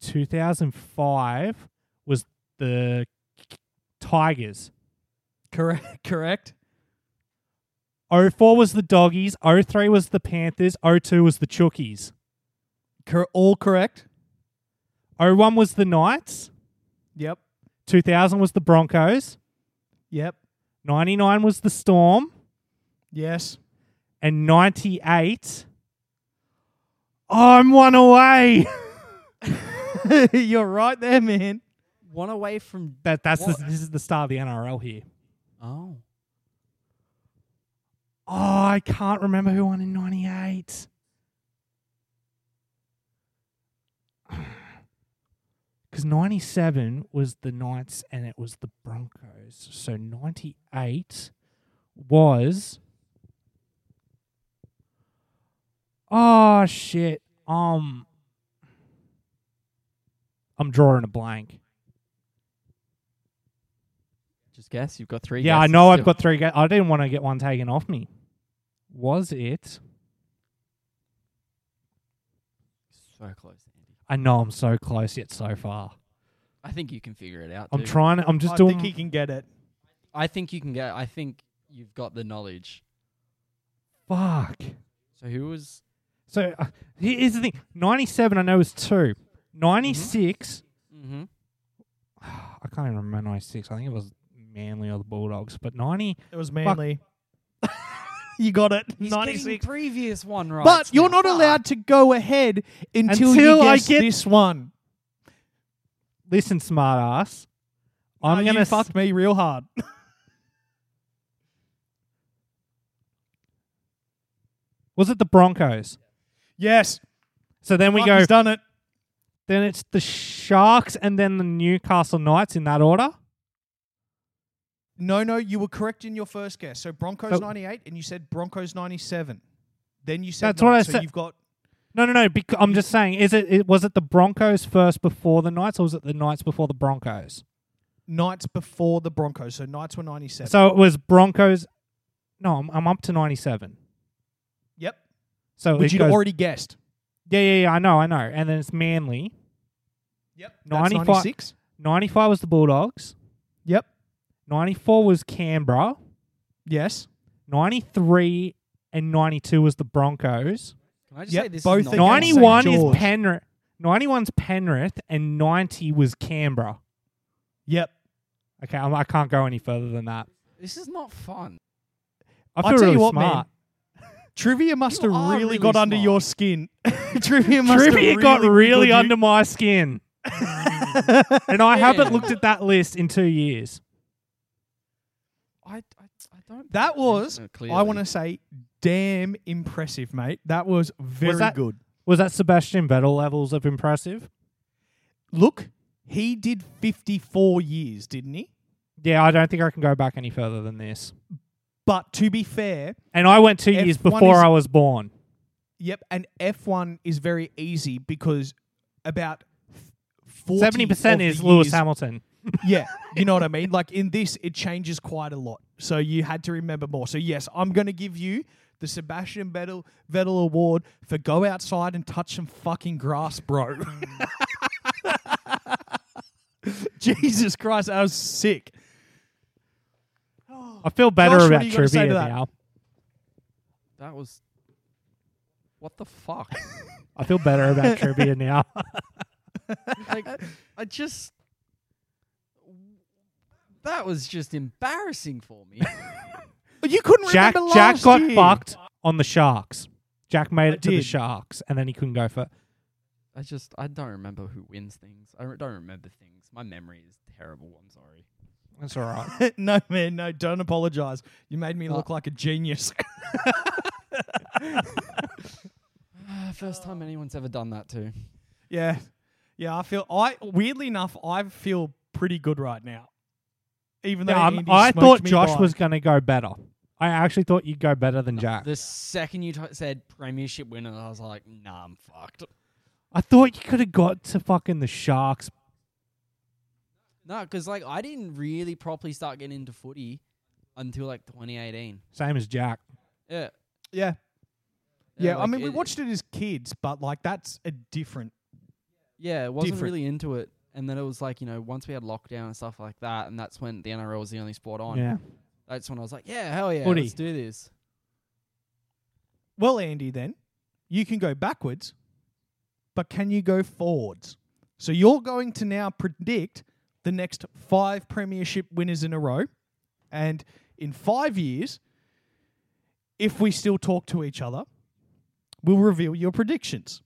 [SPEAKER 3] 2005 was the Tigers.
[SPEAKER 1] Correct. (laughs) Correct.
[SPEAKER 3] 04 was the Doggies. 03 was the Panthers. 02 was the Chookies.
[SPEAKER 1] Cor- all correct.
[SPEAKER 3] 01 was the Knights.
[SPEAKER 1] Yep.
[SPEAKER 3] 2000 was the Broncos.
[SPEAKER 1] Yep.
[SPEAKER 3] 99 was the Storm.
[SPEAKER 1] Yes. (laughs)
[SPEAKER 3] And 98. I'm one away. (laughs)
[SPEAKER 1] You're right there, man.
[SPEAKER 2] One away from.
[SPEAKER 3] That that's the,
[SPEAKER 2] What?
[SPEAKER 3] this is the start of the NRL here.
[SPEAKER 2] Oh.
[SPEAKER 3] Oh, I can't remember who won in (sighs) 98. Because 97 was the Knights and it was the Broncos. So 98 was. Oh, shit. Um. I'm drawing a blank.
[SPEAKER 2] Just guess. You've got three.
[SPEAKER 3] Yeah, I
[SPEAKER 2] guesses
[SPEAKER 3] know I've
[SPEAKER 2] still.
[SPEAKER 3] got three. Ga- I didn't want to get one taken off me. Was it?
[SPEAKER 2] So close, Andy.
[SPEAKER 3] I know I'm so close yet so far.
[SPEAKER 2] I think you can figure it out.
[SPEAKER 3] I'm
[SPEAKER 2] dude.
[SPEAKER 3] trying. I'm just
[SPEAKER 1] I
[SPEAKER 3] doing.
[SPEAKER 1] think he can get it.
[SPEAKER 2] I think you can get. I think you've got the knowledge.
[SPEAKER 3] fuck.
[SPEAKER 2] So who was.
[SPEAKER 3] So uh, here- here's the thing. 97, I know is two. 96.
[SPEAKER 2] Mm-hmm.
[SPEAKER 3] I can't even remember 96. I think it was Manly or the Bulldogs, but 90.
[SPEAKER 1] It was (laughs) manly. you got it.
[SPEAKER 2] He's getting
[SPEAKER 1] 96.
[SPEAKER 2] previous one right.
[SPEAKER 1] But you're
[SPEAKER 2] now.
[SPEAKER 1] not allowed to go ahead until,
[SPEAKER 3] Until
[SPEAKER 1] you
[SPEAKER 3] I
[SPEAKER 1] guess
[SPEAKER 3] get-
[SPEAKER 1] this one.
[SPEAKER 3] listen, smart ass. I'm
[SPEAKER 1] Nah,
[SPEAKER 3] gonna
[SPEAKER 1] you
[SPEAKER 3] s-
[SPEAKER 1] fuck me real hard.
[SPEAKER 3] Was it the Broncos?
[SPEAKER 1] (laughs) yes,
[SPEAKER 3] So then we
[SPEAKER 1] fuck,
[SPEAKER 3] go.
[SPEAKER 1] He's done it.
[SPEAKER 3] Then it's the Sharks and then the Newcastle Knights in that order.
[SPEAKER 1] No, no, you were correct in your first guess. So Broncos
[SPEAKER 3] But-
[SPEAKER 1] '98, and you said Broncos '97. Then you said
[SPEAKER 3] That's what I
[SPEAKER 1] Knights, so
[SPEAKER 3] said.
[SPEAKER 1] You've got
[SPEAKER 3] No, no, no. Bec- I'm just saying. Is it, it? Was it the Broncos first before the Knights, or was it the Knights before the Broncos?
[SPEAKER 1] Knights before the Broncos, so Knights were '97.
[SPEAKER 3] So it was Broncos. No, I'm, I'm up to 97.
[SPEAKER 1] yep,
[SPEAKER 3] So
[SPEAKER 1] which
[SPEAKER 3] it
[SPEAKER 1] you'd
[SPEAKER 3] goes,
[SPEAKER 1] already guessed.
[SPEAKER 3] yeah, yeah, yeah. I know, I know. And then it's Manly.
[SPEAKER 1] Yep,
[SPEAKER 3] 95
[SPEAKER 1] '96.
[SPEAKER 3] 95 was the Bulldogs.
[SPEAKER 1] Yep.
[SPEAKER 3] 94 was Canberra.
[SPEAKER 1] Yes.
[SPEAKER 3] 93 and 92 was the Broncos.
[SPEAKER 2] Can I just
[SPEAKER 1] Yep,
[SPEAKER 2] say this?
[SPEAKER 1] both
[SPEAKER 2] is not
[SPEAKER 1] against
[SPEAKER 2] the same
[SPEAKER 3] 91
[SPEAKER 1] St.
[SPEAKER 3] is
[SPEAKER 1] George.
[SPEAKER 3] Penrith. 91's Penrith and 90 was Canberra.
[SPEAKER 1] Yep.
[SPEAKER 3] Okay, I'm, I can't go any further than that.
[SPEAKER 2] This is not fun.
[SPEAKER 3] I
[SPEAKER 1] I'll
[SPEAKER 3] feel
[SPEAKER 1] tell
[SPEAKER 3] really
[SPEAKER 1] you what,
[SPEAKER 3] smart.
[SPEAKER 1] Trivia must
[SPEAKER 2] You
[SPEAKER 1] have
[SPEAKER 2] are
[SPEAKER 1] really,
[SPEAKER 2] really
[SPEAKER 1] got under
[SPEAKER 2] smart.
[SPEAKER 1] your skin. (laughs) Trivia must have
[SPEAKER 3] Trivia
[SPEAKER 1] really
[SPEAKER 3] got really
[SPEAKER 1] wiggled you.
[SPEAKER 3] under my skin,
[SPEAKER 1] (laughs)
[SPEAKER 3] and I haven't
[SPEAKER 2] Yeah.
[SPEAKER 3] looked at that list in two years.
[SPEAKER 2] I, I, I don't.
[SPEAKER 1] That was, I
[SPEAKER 2] Clearly.
[SPEAKER 1] want to say, damn impressive, mate. That was very
[SPEAKER 3] that-
[SPEAKER 1] good.
[SPEAKER 3] Was that Sebastian Vettel levels of impressive?
[SPEAKER 1] Look, he did 54 years, didn't he?
[SPEAKER 3] Yeah, I don't think I can go back any further than this.
[SPEAKER 1] But to be fair,
[SPEAKER 3] And I went two years
[SPEAKER 1] F1 is-
[SPEAKER 3] before I was born.
[SPEAKER 1] yep, and F1 is very easy because about 40
[SPEAKER 3] Seventy percent
[SPEAKER 1] of
[SPEAKER 3] is
[SPEAKER 1] the
[SPEAKER 3] Lewis
[SPEAKER 1] years- (laughs)
[SPEAKER 3] Hamilton.
[SPEAKER 1] Yeah, you know what I mean? Like in this, it changes quite a lot. So you had to remember more. So, yes, I'm going to give you the Sebastian Vettel, Vettel Award for go outside and touch some fucking grass, bro.
[SPEAKER 3] Mm.
[SPEAKER 1] (laughs) Jesus Christ, I was sick.
[SPEAKER 3] I feel better
[SPEAKER 1] Josh, what are
[SPEAKER 3] about
[SPEAKER 1] you gonna say
[SPEAKER 3] trivia
[SPEAKER 1] to that?
[SPEAKER 3] now.
[SPEAKER 2] That was. What the fuck? (laughs)
[SPEAKER 3] I feel better
[SPEAKER 1] (laughs)
[SPEAKER 3] about trivia now.
[SPEAKER 2] like, I just. That was just embarrassing for
[SPEAKER 1] (laughs)
[SPEAKER 2] me.
[SPEAKER 1] You couldn't
[SPEAKER 3] Jack
[SPEAKER 1] remember
[SPEAKER 3] Jack
[SPEAKER 1] last
[SPEAKER 3] got
[SPEAKER 1] year.
[SPEAKER 3] fucked on the Sharks. Jack made
[SPEAKER 1] I
[SPEAKER 3] it to the
[SPEAKER 1] did.
[SPEAKER 3] Sharks, and then he couldn't go for.
[SPEAKER 2] I just I don't remember who wins things. I re- don't remember things. My memory is terrible. I'm sorry. (sighs)
[SPEAKER 3] That's all
[SPEAKER 1] (laughs)
[SPEAKER 3] right.
[SPEAKER 1] (laughs) no, man, no, don't apologize. You made
[SPEAKER 3] Uh.
[SPEAKER 1] me look like a genius. (laughs)
[SPEAKER 2] First
[SPEAKER 1] Oh.
[SPEAKER 2] time anyone's ever done that too.
[SPEAKER 1] yeah. Yeah, I feel I weirdly enough, I feel pretty good right now. Even though
[SPEAKER 3] Yeah, I'm-
[SPEAKER 1] Andy
[SPEAKER 3] I
[SPEAKER 1] smoked
[SPEAKER 3] thought
[SPEAKER 1] me
[SPEAKER 3] Josh
[SPEAKER 1] by.
[SPEAKER 3] was going to go better. I actually thought you'd go better than Jack.
[SPEAKER 2] The second you t- said premiership winner, I was like, nah, I'm fucked.
[SPEAKER 3] I thought you could have got to fucking the Sharks.
[SPEAKER 2] No, because like I didn't really properly start getting into footy until like 2018.
[SPEAKER 3] Same as Jack.
[SPEAKER 2] Yeah.
[SPEAKER 1] Yeah. Yeah, I
[SPEAKER 2] like,
[SPEAKER 1] mean, we
[SPEAKER 2] it-
[SPEAKER 1] watched it as kids, but like that's a different.
[SPEAKER 2] Yeah, it wasn't
[SPEAKER 1] different.
[SPEAKER 2] really into it. And then it was like, you know, once we had lockdown and stuff like that, and that's when the NRL was the only sport on.
[SPEAKER 3] Yeah.
[SPEAKER 2] That's when I was like, yeah, hell yeah,
[SPEAKER 3] Footy.
[SPEAKER 2] let's do this.
[SPEAKER 1] Well, Andy, then you can go backwards, but can you go forwards? So you're going to now predict the next five premiership winners in a row, and in five years, if we still talk to each other, we'll reveal your predictions.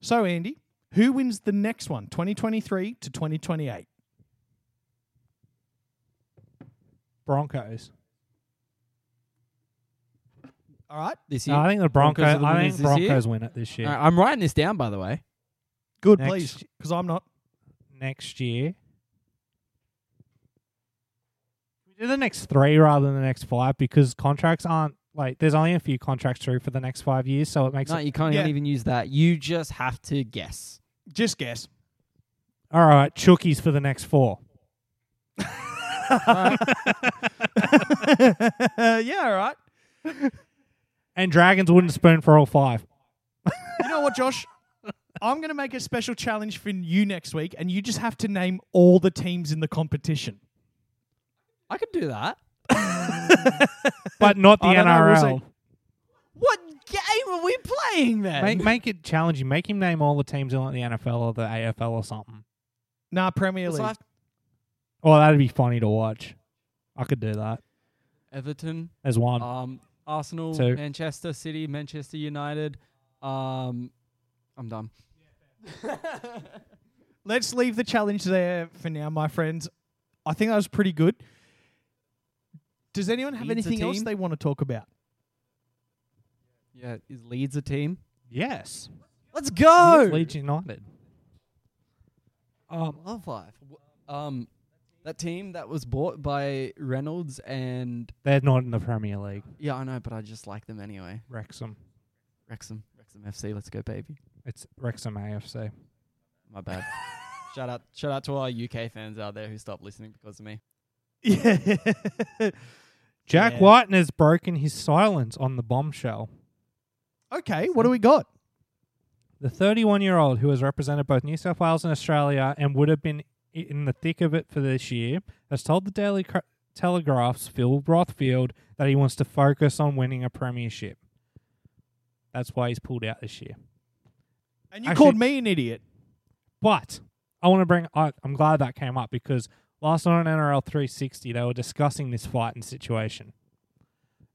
[SPEAKER 1] So, Andy, who wins the next one, 2023 to 2028?
[SPEAKER 3] Broncos.
[SPEAKER 1] All right,
[SPEAKER 2] This year.
[SPEAKER 3] No, I think the Broncos.
[SPEAKER 2] Broncos are the
[SPEAKER 3] I
[SPEAKER 2] winners
[SPEAKER 3] think
[SPEAKER 2] this year?
[SPEAKER 3] Broncos win it this year.
[SPEAKER 2] Alright, I'm writing this down, by the way.
[SPEAKER 1] good,
[SPEAKER 3] Next.
[SPEAKER 1] please, because I'm not.
[SPEAKER 3] Next year. We do the next three rather than the next five because contracts aren't like there's only a few contracts through for the next five years, so it makes
[SPEAKER 2] No,
[SPEAKER 3] it
[SPEAKER 2] you can't
[SPEAKER 1] Yeah.
[SPEAKER 2] even use that. You just have to guess.
[SPEAKER 1] Just guess.
[SPEAKER 3] all right. Chookies for the
[SPEAKER 1] (laughs)
[SPEAKER 3] next four. (laughs)
[SPEAKER 1] (laughs) yeah, all right.
[SPEAKER 3] And Dragons wouldn't spoon for all five.
[SPEAKER 1] You know what, Josh? I'm going to make a special challenge for you next week, and you just have to name all the teams in the competition.
[SPEAKER 2] I could do that.
[SPEAKER 3] But not
[SPEAKER 1] (laughs)
[SPEAKER 3] the
[SPEAKER 1] I don't know, we'll
[SPEAKER 3] NRL.
[SPEAKER 1] see.
[SPEAKER 2] What game are we playing then?
[SPEAKER 3] Make, make it challenging. Make him name all the teams in like the NFL or the AFL or something.
[SPEAKER 1] Nah, Premier
[SPEAKER 2] So
[SPEAKER 1] League.
[SPEAKER 2] I have-
[SPEAKER 3] Oh, that'd be funny to watch. I could do that.
[SPEAKER 2] Everton,
[SPEAKER 3] There's one.
[SPEAKER 2] um, Arsenal,
[SPEAKER 3] Two.
[SPEAKER 2] Manchester City, Manchester United. Um, I'm done.
[SPEAKER 1] Let's leave the challenge there for now, my friends. I think that was pretty good. Does anyone have
[SPEAKER 2] Leeds a
[SPEAKER 1] anything else
[SPEAKER 2] team?
[SPEAKER 1] they want to talk
[SPEAKER 2] (laughs)
[SPEAKER 1] about? (laughs)
[SPEAKER 2] Yeah, is Leeds a team?
[SPEAKER 3] Yes.
[SPEAKER 2] Let's go.
[SPEAKER 3] Leeds United.
[SPEAKER 2] Um, love life. W- Um, that team that was bought by Reynolds and
[SPEAKER 3] They're not in the Premier League.
[SPEAKER 2] yeah, I know, but I just like them anyway.
[SPEAKER 3] Wrexham.
[SPEAKER 2] Wrexham, Wrexham FC, let's go, baby.
[SPEAKER 3] It's Wrexham AFC.
[SPEAKER 2] My (laughs) bad. shout out, shout out to our UK fans out there who stopped listening because of me.
[SPEAKER 1] Yeah.
[SPEAKER 3] Jack
[SPEAKER 1] Yeah.
[SPEAKER 3] Whiten has broken his silence on the bombshell.
[SPEAKER 1] okay, what do we got?
[SPEAKER 3] The 31 year old who has represented both New South Wales and Australia and would have been i- in the thick of it for this year has told the Daily Cra- Telegraph's Phil Rothfield that he wants to focus on winning a premiership. That's why he's pulled out this year.
[SPEAKER 1] And you
[SPEAKER 3] Actually-
[SPEAKER 1] called me an idiot.
[SPEAKER 3] But I want to bring. I, I'm glad that came up because last night on NRL 360 they were discussing this fight and situation,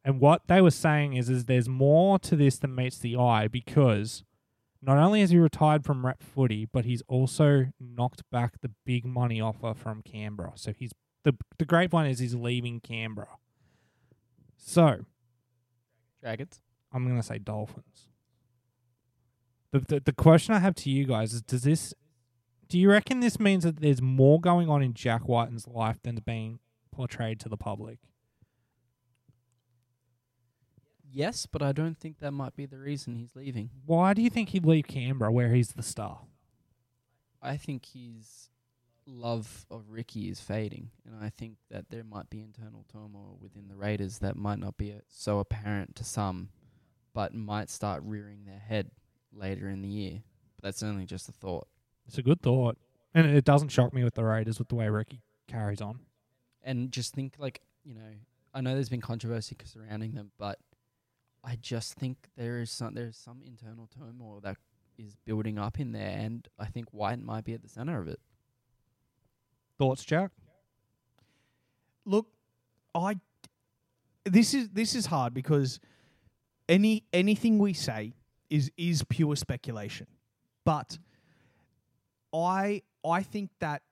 [SPEAKER 3] and what they were saying is, is there's more to this than meets the eye because not only has he retired from rep footy, but he's also knocked back the big money offer from Canberra. So he's the the great one is he's leaving Canberra. So
[SPEAKER 2] Dragons.
[SPEAKER 3] I'm going to say Dolphins. The, the the question I have to you guys is: Does this? Do you reckon this means that there's more going on in Jack Whiten's life than's being portrayed to the public?
[SPEAKER 2] Yes, but I don't think that might be the reason he's leaving.
[SPEAKER 3] Why do you think he'd leave Canberra, where he's the star?
[SPEAKER 2] I think his love of Ricky is fading, and I think that there might be internal turmoil within the Raiders that might not be uh, so apparent to some, but might start rearing their head later in the year. But that's only just a thought.
[SPEAKER 3] It's a good thought, and it doesn't shock me with the Raiders with the way Ricky carries on.
[SPEAKER 2] And just think, like, you know, I know there's been controversy c- surrounding them, but I just think there is some there is some internal turmoil that is building up in there, and I think White might be at the center of it.
[SPEAKER 3] Thoughts, Jack?
[SPEAKER 1] look, I this is this is hard because any anything we say is is pure speculation. But I I think that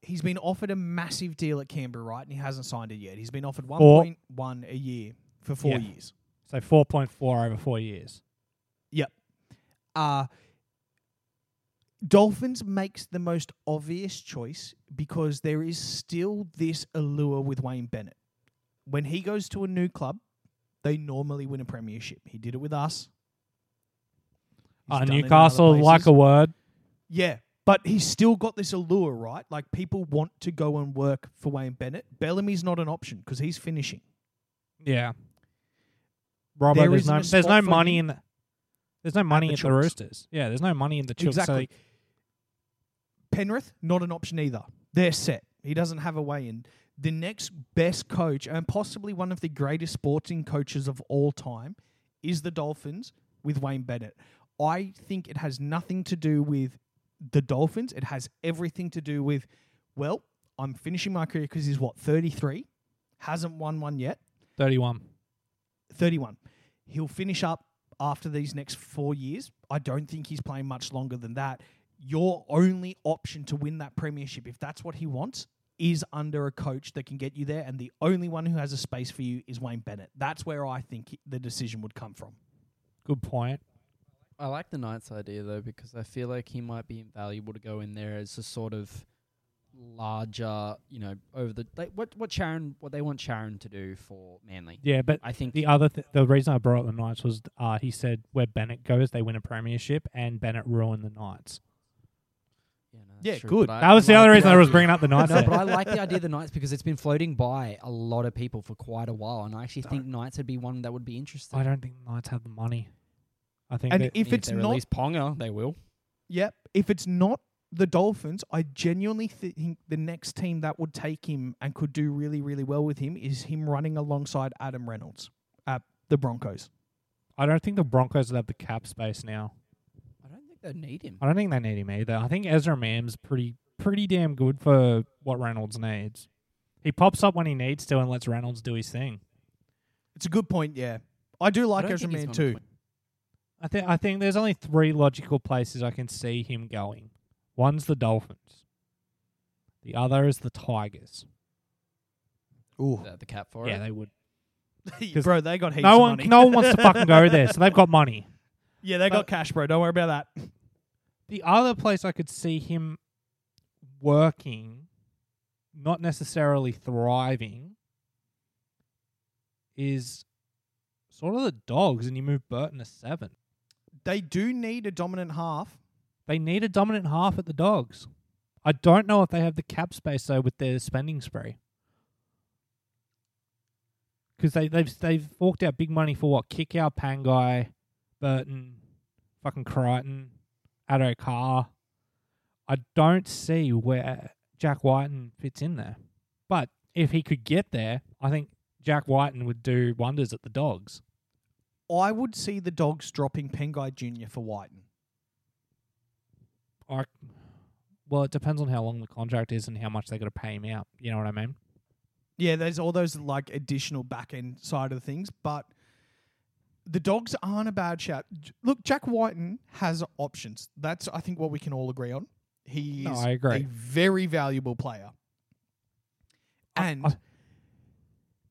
[SPEAKER 1] he's been offered a massive deal at Canberra, right? And he hasn't signed it yet. He's been offered one
[SPEAKER 3] Four.
[SPEAKER 1] point one a year for four
[SPEAKER 3] Yeah.
[SPEAKER 1] years.
[SPEAKER 3] So four point four over four years.
[SPEAKER 1] Uh Dolphins makes the most obvious choice because there is still this allure with Wayne Bennett. When he goes to a new club, they normally win a premiership. He did it with us. He's
[SPEAKER 3] Uh,
[SPEAKER 1] done it in other
[SPEAKER 3] Newcastle, like
[SPEAKER 1] places.
[SPEAKER 3] a word.
[SPEAKER 1] Yeah, but he's still got this allure, right? Like people want to go and work for Wayne Bennett. Bellamy's not an option because he's finishing.
[SPEAKER 3] Yeah. Robert,
[SPEAKER 1] There
[SPEAKER 3] there's
[SPEAKER 1] isn't
[SPEAKER 3] no
[SPEAKER 1] a
[SPEAKER 3] there's no
[SPEAKER 1] spot for
[SPEAKER 3] money
[SPEAKER 1] him
[SPEAKER 3] in the there's no money
[SPEAKER 1] the
[SPEAKER 3] at the
[SPEAKER 1] Chooks.
[SPEAKER 3] Roosters. Yeah, there's no money in the Chooks.
[SPEAKER 1] Exactly.
[SPEAKER 3] So
[SPEAKER 1] Penrith, not an option either. They're set. He doesn't have a way in. The next best coach and possibly one of the greatest sporting coaches of all time is the Dolphins with Wayne Bennett. I think it has nothing to do with the Dolphins. It has everything to do with, well, I'm finishing my career because he's what, 33? Hasn't won one yet.
[SPEAKER 3] 31.
[SPEAKER 1] 31. He'll finish up after these next four years. I don't think he's playing much longer than that. Your only option to win that premiership, if that's what he wants, is under a coach that can get you there. And the only one who has a space for you is Wayne Bennett. That's where I think he- the decision would come from.
[SPEAKER 3] Good point.
[SPEAKER 2] I like the Knights idea though because I feel like he might be invaluable to go in there as a sort of larger, you know, over the like what what Sharon what they want Sharon to do for Manly.
[SPEAKER 3] Yeah, but
[SPEAKER 2] I think
[SPEAKER 3] the other th- the reason I brought up the Knights was uh, he said where Bennett goes, they win a premiership, and Bennett ruined the Knights.
[SPEAKER 2] yeah, no,
[SPEAKER 1] Yeah,
[SPEAKER 2] that's true,
[SPEAKER 1] good.
[SPEAKER 2] but I-
[SPEAKER 3] That was the
[SPEAKER 2] I
[SPEAKER 3] other
[SPEAKER 2] like
[SPEAKER 3] reason I was
[SPEAKER 2] idea-
[SPEAKER 3] bringing up the
[SPEAKER 2] (laughs)
[SPEAKER 3] Knights.
[SPEAKER 2] No,
[SPEAKER 3] there.
[SPEAKER 2] but I like the idea of the Knights because it's been floating by a lot of people for quite a while, and I actually think Knights would be one that would be interesting.
[SPEAKER 3] I don't think the Knights have the money. I think
[SPEAKER 1] And
[SPEAKER 3] that-
[SPEAKER 1] if it's
[SPEAKER 2] they
[SPEAKER 1] not,
[SPEAKER 2] release Ponga, they will.
[SPEAKER 1] yep, if it's not the Dolphins, I genuinely think the next team that would take him and could do really, really well with him is him running alongside Adam Reynolds at the Broncos.
[SPEAKER 3] I don't think the Broncos would have the cap space now.
[SPEAKER 2] I don't think they need him.
[SPEAKER 3] I don't think they need him either. I think Ezra Mam's pretty pretty damn good for what Reynolds needs. He pops up when he needs to and lets Reynolds do his thing.
[SPEAKER 1] It's a good point, yeah. I do like
[SPEAKER 2] don't
[SPEAKER 1] Ezra
[SPEAKER 2] think he's
[SPEAKER 1] Man too.
[SPEAKER 2] gonna play.
[SPEAKER 3] I think I think there's only three logical places I can see him going. One's the Dolphins. The other is the Tigers.
[SPEAKER 1] Ooh. (laughs)
[SPEAKER 2] the, the cap for
[SPEAKER 3] yeah,
[SPEAKER 2] it.
[SPEAKER 3] they would.
[SPEAKER 1] bro, they got heaps
[SPEAKER 3] No
[SPEAKER 1] of
[SPEAKER 3] one,
[SPEAKER 1] money.
[SPEAKER 3] no one Uh, wants to fucking go there, so they've got money.
[SPEAKER 1] (laughs) yeah, they got
[SPEAKER 3] but-
[SPEAKER 1] cash, bro. Don't worry about that.
[SPEAKER 3] The other place I could see him working, not necessarily thriving, is sort of the dogs, and you move Burton to seven.
[SPEAKER 1] They do need a dominant half.
[SPEAKER 3] They need a dominant half at the dogs. I don't know if they have the cap space though with their spending spree. Because they, they've they've forked out big money for what? Kick out Pangai, Burton, fucking Crichton, Addo Carr. I don't see where Jack Whiten fits in there. But if he could get there, I think Jack Whiten would do wonders at the dogs.
[SPEAKER 1] I would see the dogs dropping Pengai Jr. for Whiten.
[SPEAKER 3] I, well, it depends on how long the contract is and how much they got to pay him out. You know what I mean?
[SPEAKER 1] Yeah, there's all those like additional back end side of things, but the dogs aren't a bad shout. J- Look, Jack Whiten has options. That's I think what we can all agree on. He
[SPEAKER 3] No,
[SPEAKER 1] is
[SPEAKER 3] I agree.
[SPEAKER 1] a very valuable player.
[SPEAKER 3] I-
[SPEAKER 1] And
[SPEAKER 3] I-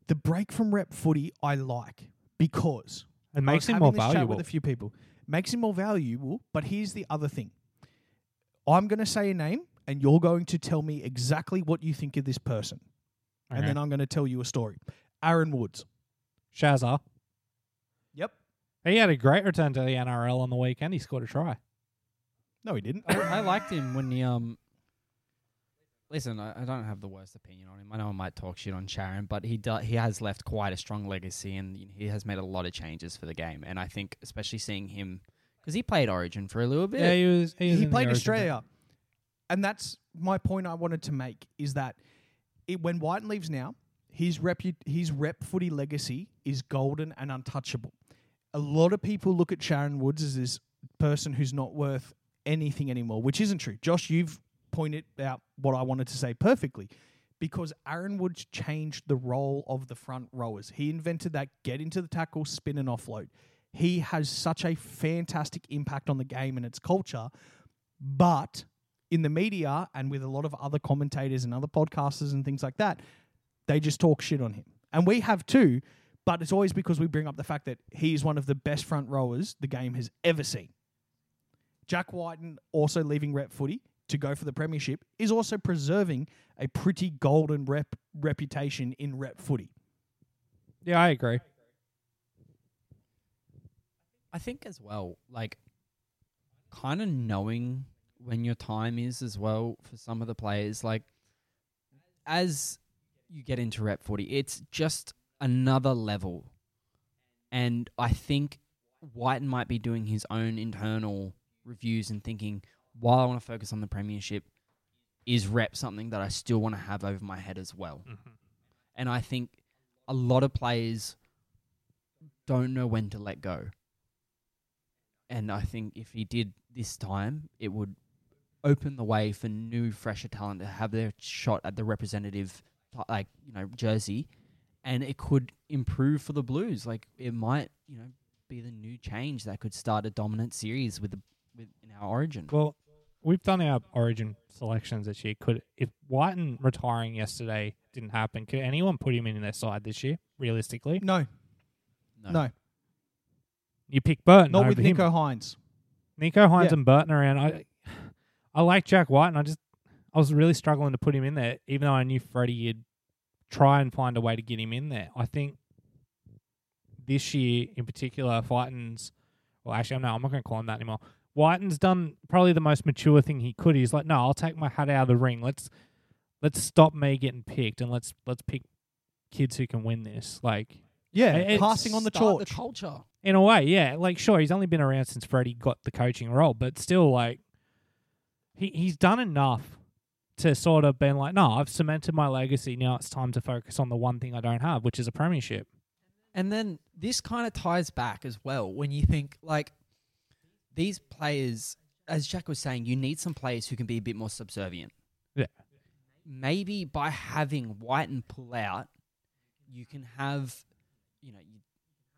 [SPEAKER 1] the break from rep footy I like because
[SPEAKER 3] It
[SPEAKER 1] I
[SPEAKER 3] makes
[SPEAKER 1] was
[SPEAKER 3] him more
[SPEAKER 1] having this Chat
[SPEAKER 3] valuable.
[SPEAKER 1] with a few people makes him more valuable. But here's the other thing: I'm going to say a name, and you're going to tell me exactly what you think of this person, and
[SPEAKER 3] Okay.
[SPEAKER 1] then I'm going to tell you a story. Aaron Woods.
[SPEAKER 3] Shazza.
[SPEAKER 1] Yep.
[SPEAKER 3] He had a great return to the NRL on the weekend. He scored a try.
[SPEAKER 1] No, he didn't.
[SPEAKER 2] I, I liked him when he um. Listen, I, I don't have the worst opinion on him. I know I might talk shit on Sharon, but he do, he has left quite a strong legacy, and he has made a lot of changes for the game. And I think, especially seeing him, because he played Origin for a little bit.
[SPEAKER 3] Yeah, he was. was
[SPEAKER 1] he
[SPEAKER 3] in the
[SPEAKER 1] played
[SPEAKER 3] Origin
[SPEAKER 1] Australia, and that's my point. I wanted to make is that it, when Whiten leaves now, his repu- his rep footy legacy is golden and untouchable. A lot of people look at Sharon Woods as this person who's not worth anything anymore, which isn't true. Josh, you've pointed out what I wanted to say perfectly. Because Aaron Woods changed the role of the front rowers. He invented that get into the tackle, spin and offload. He has such a fantastic impact on the game and its culture. But in the media and with a lot of other commentators and other podcasters and things like that, they just talk shit on him. And we have too, but it's always because we bring up the fact that he's one of the best front rowers the game has ever seen. Jack Whiten also leaving rep footy to go for the premiership is also preserving a pretty golden rep reputation in rep footy.
[SPEAKER 3] Yeah, I agree.
[SPEAKER 2] I think as well, like kind of knowing when your time is as well for some of the players, like as you get into rep 40, it's just another level. And I think Whiten might be doing his own internal reviews and thinking, while I want to focus on the premiership, is rep something that I still want to have over my head as well. And I think a lot of players don't know when to let go. And I think if he did this time, it would open the way for new, fresher talent to have their shot at the representative, t- like you know, jersey, and it could improve for the Blues. Like it might, you know, be the new change that could start a dominant series with the, with in our origin.
[SPEAKER 3] Well, we've done our Origin selections this year. Could if Whiten retiring yesterday didn't happen, could anyone put him in their side this year? Realistically,
[SPEAKER 1] No, no,
[SPEAKER 3] you pick Burton.
[SPEAKER 1] not
[SPEAKER 3] over
[SPEAKER 1] with
[SPEAKER 3] him.
[SPEAKER 1] Nico Hines.
[SPEAKER 3] Nico Hines
[SPEAKER 1] Yeah.
[SPEAKER 3] and Burton around. I I like Jack White, and I just I was really struggling to put him in there, even though I knew Freddie would try and find a way to get him in there. I think this year in particular, Whiten's well, actually, no, I'm not going to call him that anymore. Whiten's done probably the most mature thing he could. He's like, no, I'll take my hat out of the ring. Let's let's stop me getting picked, and let's let's pick kids who can win this. Like
[SPEAKER 1] Yeah,
[SPEAKER 3] It's
[SPEAKER 1] passing on the
[SPEAKER 2] Start
[SPEAKER 1] torch.
[SPEAKER 2] the culture.
[SPEAKER 3] in a way, yeah. Like, sure, he's only been around since Freddie got the coaching role, but still, like, he he's done enough to sort of been like, no, I've cemented my legacy. Now it's time to focus on the one thing I don't have, which is a premiership.
[SPEAKER 2] And then this kind of ties back as well when you think like these players, as Jack was saying, you need some players who can be a bit more subservient.
[SPEAKER 3] Yeah.
[SPEAKER 2] Maybe by having White and pull out, you can have, you know, you,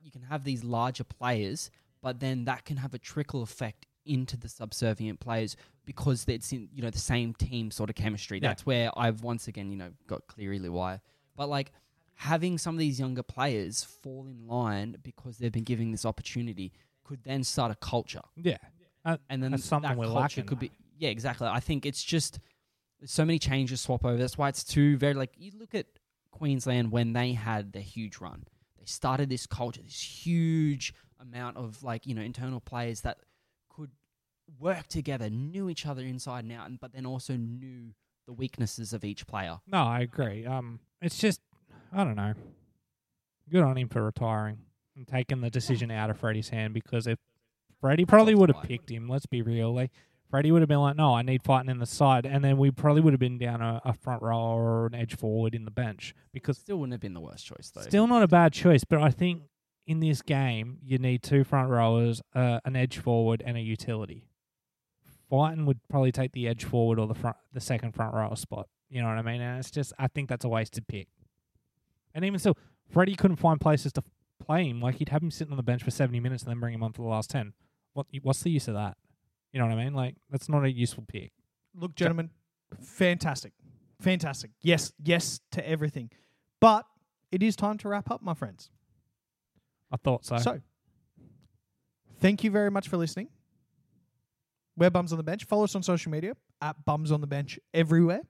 [SPEAKER 2] you can have these larger players, but then that can have a trickle effect into the subservient players because it's in you know the same team sort of chemistry.
[SPEAKER 1] Yeah.
[SPEAKER 2] That's where I've once again you know got Cleary Luai, but like having some of these younger players fall in line because they've been giving this opportunity could then start a culture,
[SPEAKER 3] Yeah.
[SPEAKER 2] and then
[SPEAKER 3] That's something
[SPEAKER 2] that
[SPEAKER 3] we're
[SPEAKER 2] culture
[SPEAKER 3] lacking,
[SPEAKER 2] could be yeah exactly. I think it's just there's so many changes swap over. That's why it's too very like you look at Queensland when they had their huge run. They started this culture, this huge amount of like you know internal players that could work together, knew each other inside and out, and but then also knew the weaknesses of each player.
[SPEAKER 3] No, I agree. Um, it's just I don't know. Good on him for retiring and taking the decision out of Freddie's hand because if Freddie probably would have picked him, let's be real, like Freddie would have been like, "No, I need fighting in the side," and then we probably would have been down a, a front row or an edge forward in the bench because
[SPEAKER 2] Still wouldn't have been the worst choice though.
[SPEAKER 3] Still not a bad choice, but I think in this game you need two front rowers, uh, an edge forward, and a utility. Fighton would probably take the edge forward or the front, the second front rower spot. You know what I mean? And it's just I think that's a wasted pick. And even still, Freddie couldn't find places to f- play him. Like he'd have him sitting on the bench for seventy minutes and then bring him on for the last ten. What what's the use of that? You know what I mean? Like that's not a useful pick.
[SPEAKER 1] Look, gentlemen, fantastic. Fantastic. Yes, yes to everything. But it is time to wrap up, my friends.
[SPEAKER 3] I thought so.
[SPEAKER 1] So, thank you very much for listening. We're Bums on the Bench. Follow us on social media at Bums on the Bench everywhere.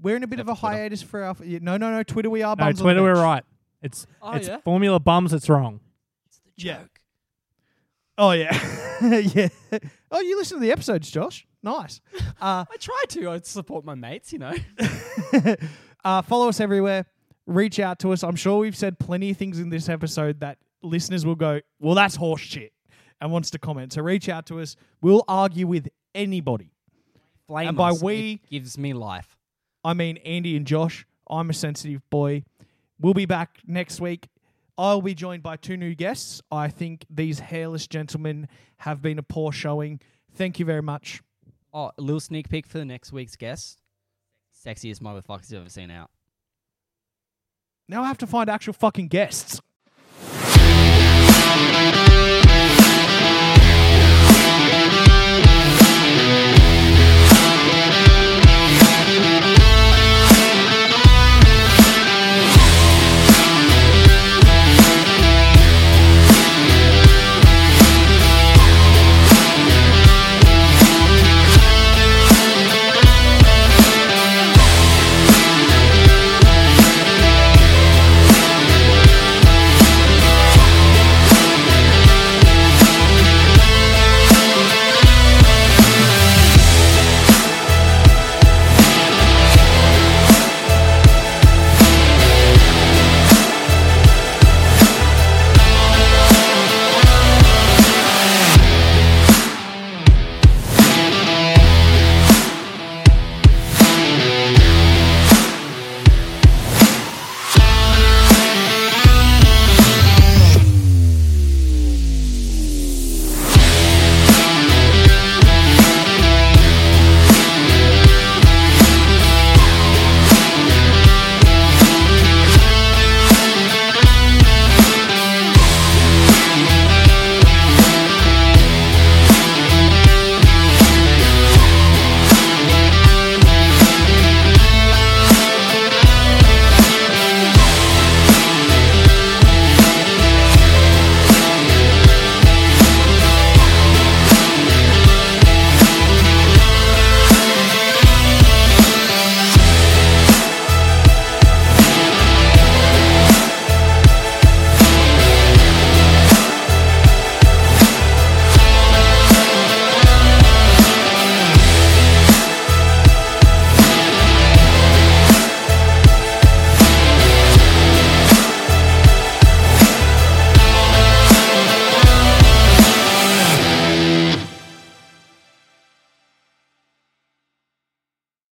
[SPEAKER 1] We're in a bit
[SPEAKER 2] Except
[SPEAKER 1] of a
[SPEAKER 2] for Twitter.
[SPEAKER 1] hiatus for our. No, no, no. Twitter, we are
[SPEAKER 3] no,
[SPEAKER 1] Bums
[SPEAKER 3] Twitter,
[SPEAKER 1] on the Bench.
[SPEAKER 3] we're right. It's
[SPEAKER 2] Oh,
[SPEAKER 3] it's
[SPEAKER 2] yeah?
[SPEAKER 3] formula bums. It's wrong.
[SPEAKER 2] It's the
[SPEAKER 1] Yeah.
[SPEAKER 2] joke.
[SPEAKER 1] Oh, yeah. (laughs) yeah. Oh, you listen to the episodes, Josh.
[SPEAKER 3] (laughs)
[SPEAKER 1] Nice. Uh,
[SPEAKER 2] I try to. I support my mates, you know.
[SPEAKER 1] uh, follow us everywhere. Reach out to us. I'm sure we've said plenty of things in this episode that listeners will go, well, that's horse shit, and wants to comment. So reach out to us. We'll argue with anybody.
[SPEAKER 2] Blame
[SPEAKER 1] And by
[SPEAKER 2] us. It
[SPEAKER 1] we-
[SPEAKER 2] gives me life.
[SPEAKER 1] I mean, Andy and Josh, I'm a sensitive boy. We'll be back next week. I'll be joined by two new guests. I think these hairless gentlemen have been a poor showing. Thank you very much.
[SPEAKER 2] Oh, a little sneak peek for the next week's guest. Sexiest motherfuckers you've ever seen out.
[SPEAKER 1] Now I have to find actual fucking guests.